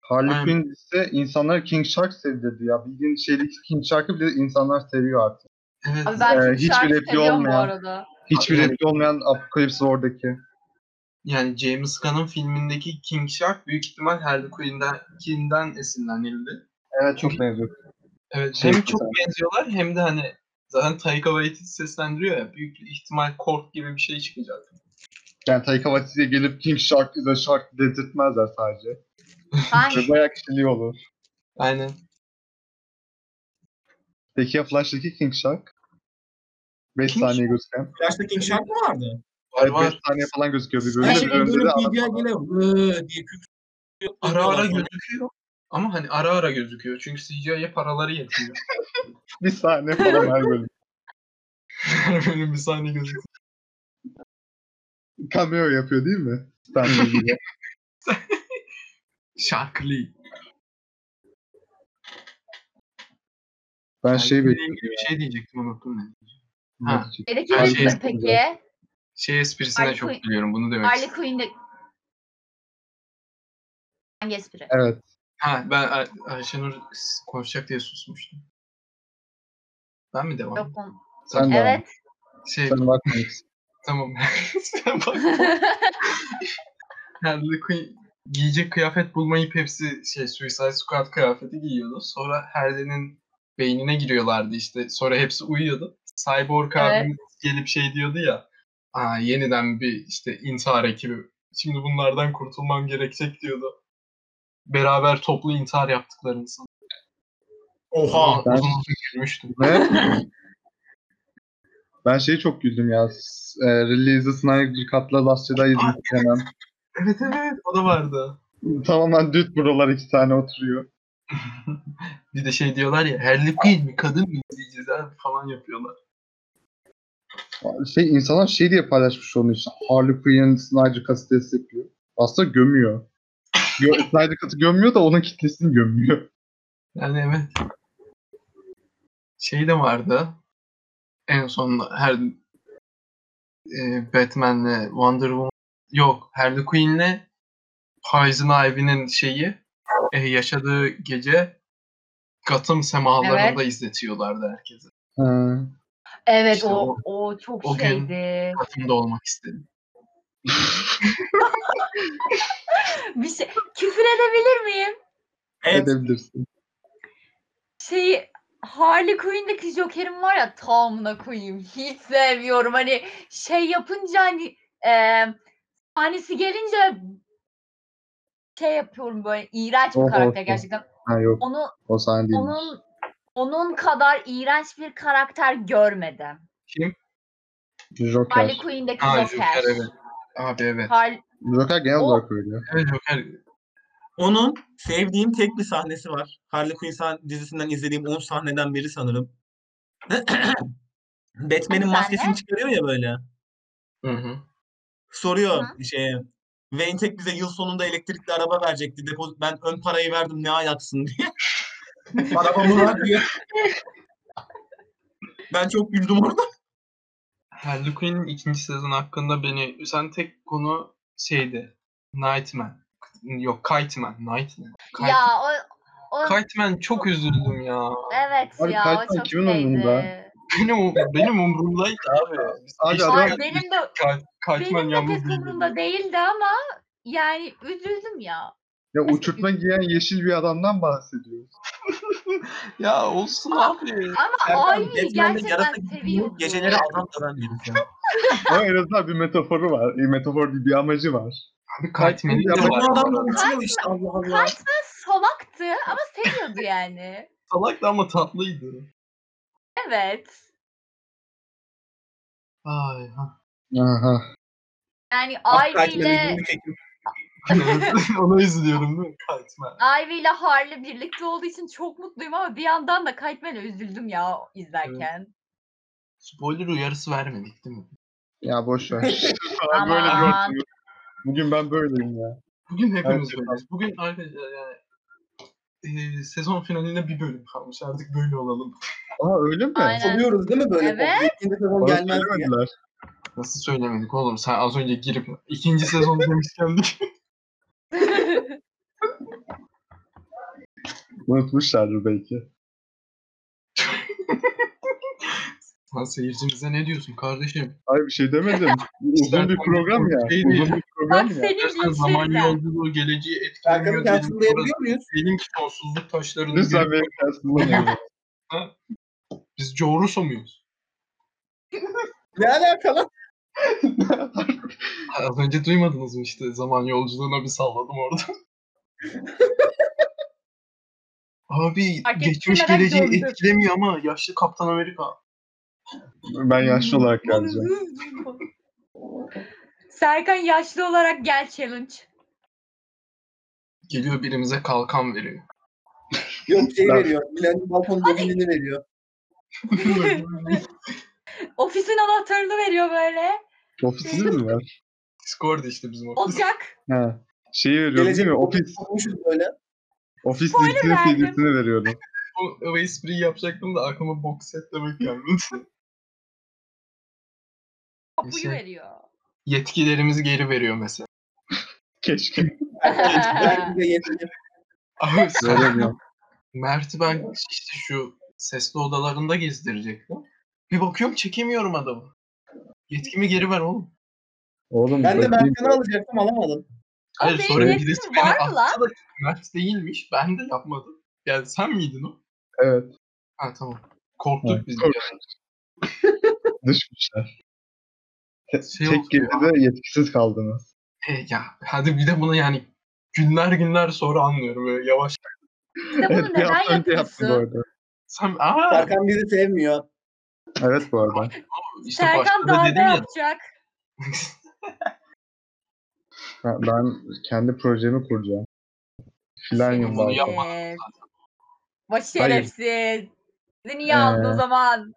Speaker 6: Harley
Speaker 3: Aynen.
Speaker 6: Quinn ise insanları King Shark sevdirdi ya. Bildiğin şeydeki King Shark'ı bile insanlar seviyor artık.
Speaker 3: Evet.
Speaker 4: Abi ben
Speaker 6: Ee,
Speaker 4: çok
Speaker 6: hiçbir
Speaker 4: şarkı
Speaker 6: repliği
Speaker 4: seviyorum bu
Speaker 6: olmayan.
Speaker 4: arada.
Speaker 6: Hiçbir
Speaker 3: Aynen.
Speaker 6: repli olmayan Apocalypse War'daki.
Speaker 3: Yani James Gunn'ın filmindeki King Shark büyük ihtimal Harley Quinn'den esinlenildi.
Speaker 6: Evet çok benziyor.
Speaker 3: Evet
Speaker 6: Şey
Speaker 3: hem
Speaker 6: güzel.
Speaker 3: çok benziyorlar hem de hani zaten Taika Waititi seslendiriyor ya büyük ihtimal Kork gibi bir şey çıkacak.
Speaker 6: Yani Taika Waititi'ye gelip King Shark is a shark dedirtmezler sadece. Ve
Speaker 4: Hangi?
Speaker 6: bayağı kişiliği olur.
Speaker 3: Aynen.
Speaker 6: Peki ya Flash'taki King Shark? 5
Speaker 7: King
Speaker 6: saniye gözüken.
Speaker 7: Flash'ta King Shark mı vardı?
Speaker 3: Var
Speaker 6: Evet, beş
Speaker 3: var.
Speaker 6: saniye falan gözüküyor bir
Speaker 7: Her
Speaker 6: bölümde. Bir
Speaker 7: şey böyle
Speaker 6: bölümde de
Speaker 7: bir
Speaker 6: adam-
Speaker 7: diğer geliyor. "Vı" diye kükrüyor.
Speaker 3: Ara ara gözüküyor. Ama hani ara ara gözüküyor. Çünkü CGI'ye paraları yetiyor.
Speaker 6: bir saniye falan her bölüm.
Speaker 3: Böyle bir saniye gözüküyor.
Speaker 6: Cameo yapıyor değil mi? Stanley gibi.
Speaker 3: Şarkılı.
Speaker 6: Ben şey
Speaker 3: Şarkıyla
Speaker 6: bekliyorum.
Speaker 3: ilgili bir şey diyecektim unuttum ne. Ha.
Speaker 6: Ha.
Speaker 4: Dedeki
Speaker 3: Her
Speaker 4: nasıl
Speaker 3: şey
Speaker 6: çok
Speaker 4: peki?
Speaker 6: güzel.
Speaker 3: Şey esprisine
Speaker 4: Harley
Speaker 3: çok
Speaker 4: Quinn-
Speaker 3: gülüyorum bunu demek
Speaker 4: Harley
Speaker 3: istedim.
Speaker 4: Quinn'de hangi espri?
Speaker 6: Evet.
Speaker 3: Ha ben Ay- Ayşenur konuşacak diye susmuştum. Ben mi devam?
Speaker 4: Yok onu-
Speaker 6: Sen de.
Speaker 4: Evet.
Speaker 3: Şey
Speaker 6: Sen bakmayız.
Speaker 3: tamam. Sen bak. Harley Quinn giyecek kıyafet bulmayıp hepsi şey Suicide Squad kıyafeti giyiyordu. Sonra Harley'nin beynine giriyorlardı işte. Sonra hepsi uyuyordu. Cyborg
Speaker 4: Evet.
Speaker 3: abimiz gelip şey diyordu ya. Aa, yeniden bir işte intihar ekibi Şimdi bunlardan kurtulmam gerekecek diyordu. Beraber toplu intihar yaptıklarını sanırım.
Speaker 2: Oha.
Speaker 6: Ben-
Speaker 3: Uzun uzun gülmüştüm.
Speaker 6: Ve ben şeyi çok güldüm ya. S- E, Release'ı Snyder Cut'la Last Jedi izledik hemen.
Speaker 3: Evet evet o da vardı.
Speaker 6: Tamamen düt buralar iki tane oturuyor.
Speaker 3: Bir de şey diyorlar ya Harley Quinn mi kadın mı izleyeceğiz abi falan yapıyorlar.
Speaker 6: Şey, insanlar şey diye paylaşmış onu işte. Harley Quinn Snyder Cut'ı destekliyor. Aslında gömüyor. Gö- Snyder Cut'ı gömüyor da onun kitlesini gömüyor.
Speaker 3: Yani evet. Şey de vardı. En son her e, Batman'le Wonder Woman yok Harley Quinn'le Poison Ivy'nin şeyi e, yaşadığı gece Gotham semalarında izletiyorlardı herkese.
Speaker 6: Ha.
Speaker 4: Evet
Speaker 3: İşte
Speaker 4: o,
Speaker 3: o-
Speaker 4: o çok
Speaker 3: o gün-
Speaker 4: şeydi.
Speaker 3: Gotham'da olmak istedim.
Speaker 4: Bir şey küfür edebilir miyim?
Speaker 2: Evet.
Speaker 6: Edebilirsin.
Speaker 4: Şeyi Harley Quinn'deki Joker'im var ya tamına koyayım. Hiç sevmiyorum. Hani şey yapınca hani e, sahnesi gelince şey yapıyorum böyle iğrenç bir
Speaker 6: Oho,
Speaker 4: karakter
Speaker 6: oho.
Speaker 4: gerçekten.
Speaker 6: Ha yok
Speaker 4: Onu
Speaker 6: o sahne değil.
Speaker 4: onun onun kadar iğrenç bir karakter görmedim. Harley
Speaker 6: Joker.
Speaker 4: Quinn'deki
Speaker 3: Ha,
Speaker 4: Joker.
Speaker 3: Joker, evet. Abi evet.
Speaker 4: Har-
Speaker 6: Joker genel
Speaker 4: O-
Speaker 6: olarak öyle.
Speaker 3: Evet Joker.
Speaker 7: Onun sevdiğim tek bir sahnesi var. Harley Quinn sahn- dizisinden izlediğim 10 sahneden biri sanırım.
Speaker 4: Hangi
Speaker 7: Batman'in
Speaker 4: sahne?
Speaker 7: maskesini çıkarıyor ya böyle.
Speaker 3: Hı hı.
Speaker 7: Soruyor şeye. Wayne Tech bize yıl sonunda elektrikli araba verecekti. Depo, ben ön parayı verdim ne ayaksın diye. Arabamı var diye. ben çok güldüm orada.
Speaker 3: Harley Quinn'in ikinci sezon hakkında beni üzen tek konu şeydi. Nightman. Yok Kiteman. Nightman. Kite-
Speaker 4: Ya o, o
Speaker 3: Kiteman çok üzüldüm ya.
Speaker 4: evet
Speaker 6: Abi
Speaker 4: ya
Speaker 6: Kaytan
Speaker 4: o çok
Speaker 6: kimin umurunda?
Speaker 4: şeydi.
Speaker 3: Benim, um- benim umurumdaydı abi. Biz
Speaker 6: Abi
Speaker 3: işte
Speaker 6: adam-
Speaker 4: Ay,
Speaker 3: yani
Speaker 4: benim de
Speaker 3: Kite- Kiteman
Speaker 4: benim de
Speaker 3: yalnız
Speaker 4: pek
Speaker 3: değil.
Speaker 4: umurumda değildi ama yani üzüldüm ya.
Speaker 6: Ya uçurtma giyen yeşil bir adamdan bahsediyoruz.
Speaker 3: Ya olsun abi.
Speaker 4: Ama
Speaker 7: Erkan,
Speaker 4: Ivy'yi
Speaker 7: Batman'de
Speaker 4: gerçekten
Speaker 7: yarasa gibi
Speaker 4: seviyordum.
Speaker 7: Geceleri adam dönen birisi.
Speaker 6: Ama en azından bir metaforu var. Bir metafor değil, bir amacı var.
Speaker 3: Abi Kiteman'in
Speaker 6: Ya
Speaker 3: de
Speaker 7: Kadın
Speaker 6: bu
Speaker 3: var.
Speaker 7: adam da
Speaker 3: bu arada.
Speaker 7: uçuyor işte Allah Allah.
Speaker 4: Kaytan salaktı ama seviyordu yani.
Speaker 3: Salak da ama tatlıydı.
Speaker 4: Evet.
Speaker 3: Ay. ha.
Speaker 6: Aha.
Speaker 4: Yani
Speaker 7: Ah,
Speaker 4: Ivy
Speaker 7: Batman'in
Speaker 4: ile
Speaker 7: yirmi tek-
Speaker 3: Ona üzülüyorum değil mi? Kiteman.
Speaker 4: Ivy ile Harley birlikte olduğu için çok mutluyum ama bir yandan da Kaytman'a üzüldüm ya izlerken.
Speaker 3: Spoiler uyarısı vermedik değil mi?
Speaker 6: Ya boş ver. ben
Speaker 4: Aman.
Speaker 6: böyle bir ortamım. Bugün ben böyleyim ya.
Speaker 3: Bugün hepimiz
Speaker 6: Evet.
Speaker 3: böyleyiz. Bugün arkadaşlar yani eee, sezon finaline bir bölüm kalmış. Artık böyle olalım.
Speaker 6: Aa öyle mi?
Speaker 4: Aynen.
Speaker 7: Sanıyoruz değil mi böyle?
Speaker 4: Evet.
Speaker 7: İkinci sezon
Speaker 6: Bana
Speaker 7: gelmez diye.
Speaker 6: söylemediler.
Speaker 3: Nasıl söylemedik oğlum? Sen az önce girip ikinci sezon demişken de-
Speaker 6: Unutmuşlardır belki.
Speaker 3: Sen seyircimize ne diyorsun kardeşim?
Speaker 6: Ay bir şey demedim. Uzun bir program ya.
Speaker 3: Şey değil.
Speaker 6: Uzun bir
Speaker 4: Bak
Speaker 6: program ya.
Speaker 4: senin
Speaker 3: Sen zaman
Speaker 4: linçlerinden.
Speaker 3: yolculuğu geleceği
Speaker 7: Erkan'ı
Speaker 3: etkilemiyor. Benim, orası-
Speaker 7: karşılayabiliyor muyuz?
Speaker 3: benimki sonsuzluk taşlarını
Speaker 6: Lütfen
Speaker 3: bir-
Speaker 6: beni karşılamayın.
Speaker 3: Biz Joruso muyuz?
Speaker 7: Ne alakalı?
Speaker 3: Ha, Az önce duymadınız mı işte zaman yolculuğuna bir salladım orada. Abi
Speaker 4: Fark
Speaker 3: geçmiş
Speaker 4: etmeden
Speaker 3: geleceği
Speaker 4: döndü.
Speaker 3: etkilemiyor ama yaşlı Kaptan Amerika.
Speaker 6: ben yaşlı olarak geleceğim.
Speaker 4: Serkan yaşlı olarak gel challenge.
Speaker 3: Geliyor birimize kalkan veriyor.
Speaker 7: Yok şey
Speaker 6: Ben-
Speaker 7: veriyor. Milenyum balkon dominini veriyor.
Speaker 4: Ofisin anahtarını veriyor böyle.
Speaker 6: Ofisiniz mi var?
Speaker 3: Discord işte bizim ofis.
Speaker 4: Olacak.
Speaker 6: Ha. Şeyi veriyorum
Speaker 7: Gelecek
Speaker 6: değil mi? Ofis,
Speaker 7: Kurmuşuz böyle.
Speaker 6: ofis
Speaker 4: Spoiler
Speaker 6: listinin
Speaker 4: verdim.
Speaker 6: CD'sini veriyorum.
Speaker 3: O, o espriyi yapacaktım da aklıma box set demek gelmedi.
Speaker 4: Kapuyu
Speaker 3: Neyse.
Speaker 4: veriyor.
Speaker 3: Yetkilerimizi geri veriyor mesela.
Speaker 6: Keşke.
Speaker 7: Ben bize yetmiyor.
Speaker 3: Abi
Speaker 6: Veremiyorum.
Speaker 3: Mert'i ben işte şu sesli odalarında gezdirecektim. Bir bakıyorum çekemiyorum adamı. Yetkimi geri ver oğlum.
Speaker 6: Oğlum
Speaker 7: Ben de
Speaker 6: bak-
Speaker 7: Mertcan'ı alacaktım alamadım.
Speaker 4: Ama
Speaker 3: Hayır
Speaker 4: benim
Speaker 3: sonra
Speaker 4: yetkim
Speaker 3: birisi
Speaker 4: var
Speaker 3: beni
Speaker 4: mı lan?
Speaker 3: attı da Mert değilmiş. Ben de yapmadım. Yani sen miydin o?
Speaker 6: Evet.
Speaker 3: Ha tamam.
Speaker 6: Evet,
Speaker 3: Korktuk biz.
Speaker 6: korktuk.
Speaker 3: yani.
Speaker 6: Düşmüşler. Te-
Speaker 3: Şey
Speaker 6: tek
Speaker 3: oldu ya.
Speaker 6: gecede yetkisiz kaldınız.
Speaker 3: Şey E, ya hadi bir de bunu yani günler günler sonra anlıyorum böyle yavaş.
Speaker 4: İşte bunu
Speaker 6: bir
Speaker 4: neden
Speaker 6: hafta önce yaptım bu
Speaker 4: yapıyorsun?
Speaker 6: arada.
Speaker 3: Sen, aa,
Speaker 2: Serkan bizi sevmiyor.
Speaker 6: Evet bu arada.
Speaker 3: işte başta
Speaker 4: Serkan
Speaker 3: da
Speaker 4: darbe
Speaker 3: dedim ya.
Speaker 4: yapacak.
Speaker 6: Ben, ben kendi projemi kuracağım. Filan
Speaker 4: Senin
Speaker 3: bunu
Speaker 6: yıllar.
Speaker 3: yap- yapmadım
Speaker 4: Ee, Baş
Speaker 6: Hayır.
Speaker 4: şerefsiz. Seni niye aldın o
Speaker 6: Ee,
Speaker 4: zaman?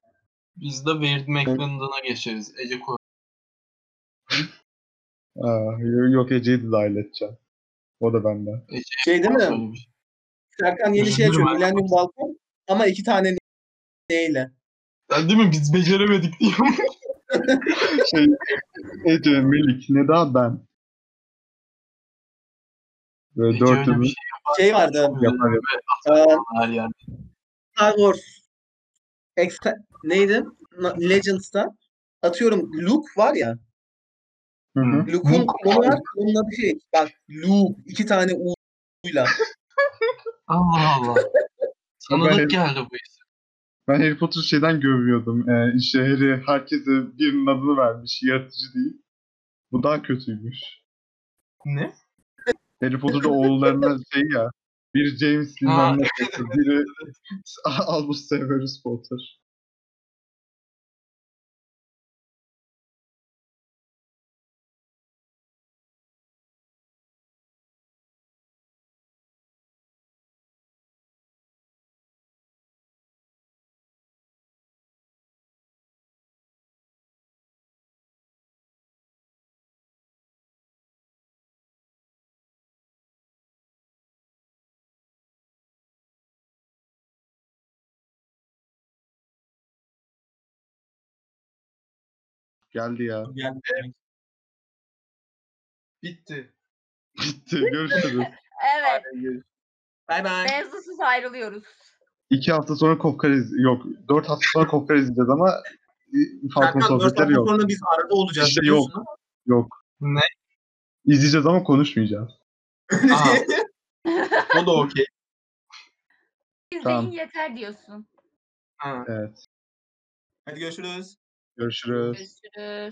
Speaker 3: Biz de Weird McLendon'a geçeriz. Ece Kur.
Speaker 6: Aa, Yok Ece'yi de dahil edeceğim. O da benden.
Speaker 3: Ece
Speaker 2: Şey değil mi?
Speaker 3: söylemiş.
Speaker 2: Serkan yeni şey
Speaker 3: Üzülürüm
Speaker 2: açıyor.
Speaker 3: ben.
Speaker 2: Millennium Balkon ama iki tane neyle?
Speaker 3: Ya değil mi? Biz beceremedik diyorum.
Speaker 6: Şey, Ece, Melik, ne daha ben. Böyle
Speaker 3: Ece öyle bir
Speaker 6: dörtümüz
Speaker 3: şey
Speaker 2: Şey vardı.
Speaker 6: yapar yapar.
Speaker 2: Ee,
Speaker 3: her yerde.
Speaker 2: Star Wars Extra, neydi? Na- Legends'ta atıyorum Luke var ya.
Speaker 6: Hı hı.
Speaker 2: Luke'un
Speaker 3: Luke.
Speaker 2: kolu var. Onun adı şey. Bak Luke iki tane U'yla.
Speaker 3: Allah Allah.
Speaker 6: Ben-
Speaker 3: Tanıdık geldi bu isim.
Speaker 6: Ben Harry Potter şeyden görmüyordum. Ee, işte Harry herkese birinin adını vermiş. Yaratıcı değil. Bu daha kötüymüş.
Speaker 3: Ne?
Speaker 6: Harry Potter'da oğullarına şey ya. Bir James
Speaker 3: Ha.
Speaker 6: bilmem ne Potter. Biri Albus Severus Potter. Geldi ya.
Speaker 2: Yani
Speaker 3: Bitti.
Speaker 6: Bitti. Görüşürüz.
Speaker 4: Evet.
Speaker 2: Bye bye.
Speaker 4: Mevzusuz ayrılıyoruz.
Speaker 6: İki hafta sonra Kofkar iz- Yok. Dört hafta sonra Kofkar izleyeceğiz ama e, Falcon
Speaker 2: Serkan 4
Speaker 6: sohbetleri
Speaker 2: hafta
Speaker 6: yok.
Speaker 2: sonra biz arada olacağız.
Speaker 6: İşte
Speaker 2: biliyorsun
Speaker 6: yok. Yok.
Speaker 3: Ne?
Speaker 6: İzleyeceğiz ama konuşmayacağız.
Speaker 3: Aa, o da okey.
Speaker 4: İzleyin
Speaker 6: Tamam.
Speaker 4: yeter diyorsun.
Speaker 3: Ha.
Speaker 6: Evet.
Speaker 2: Hadi görüşürüz.
Speaker 6: Görüşürüz.
Speaker 4: Görüşürüz.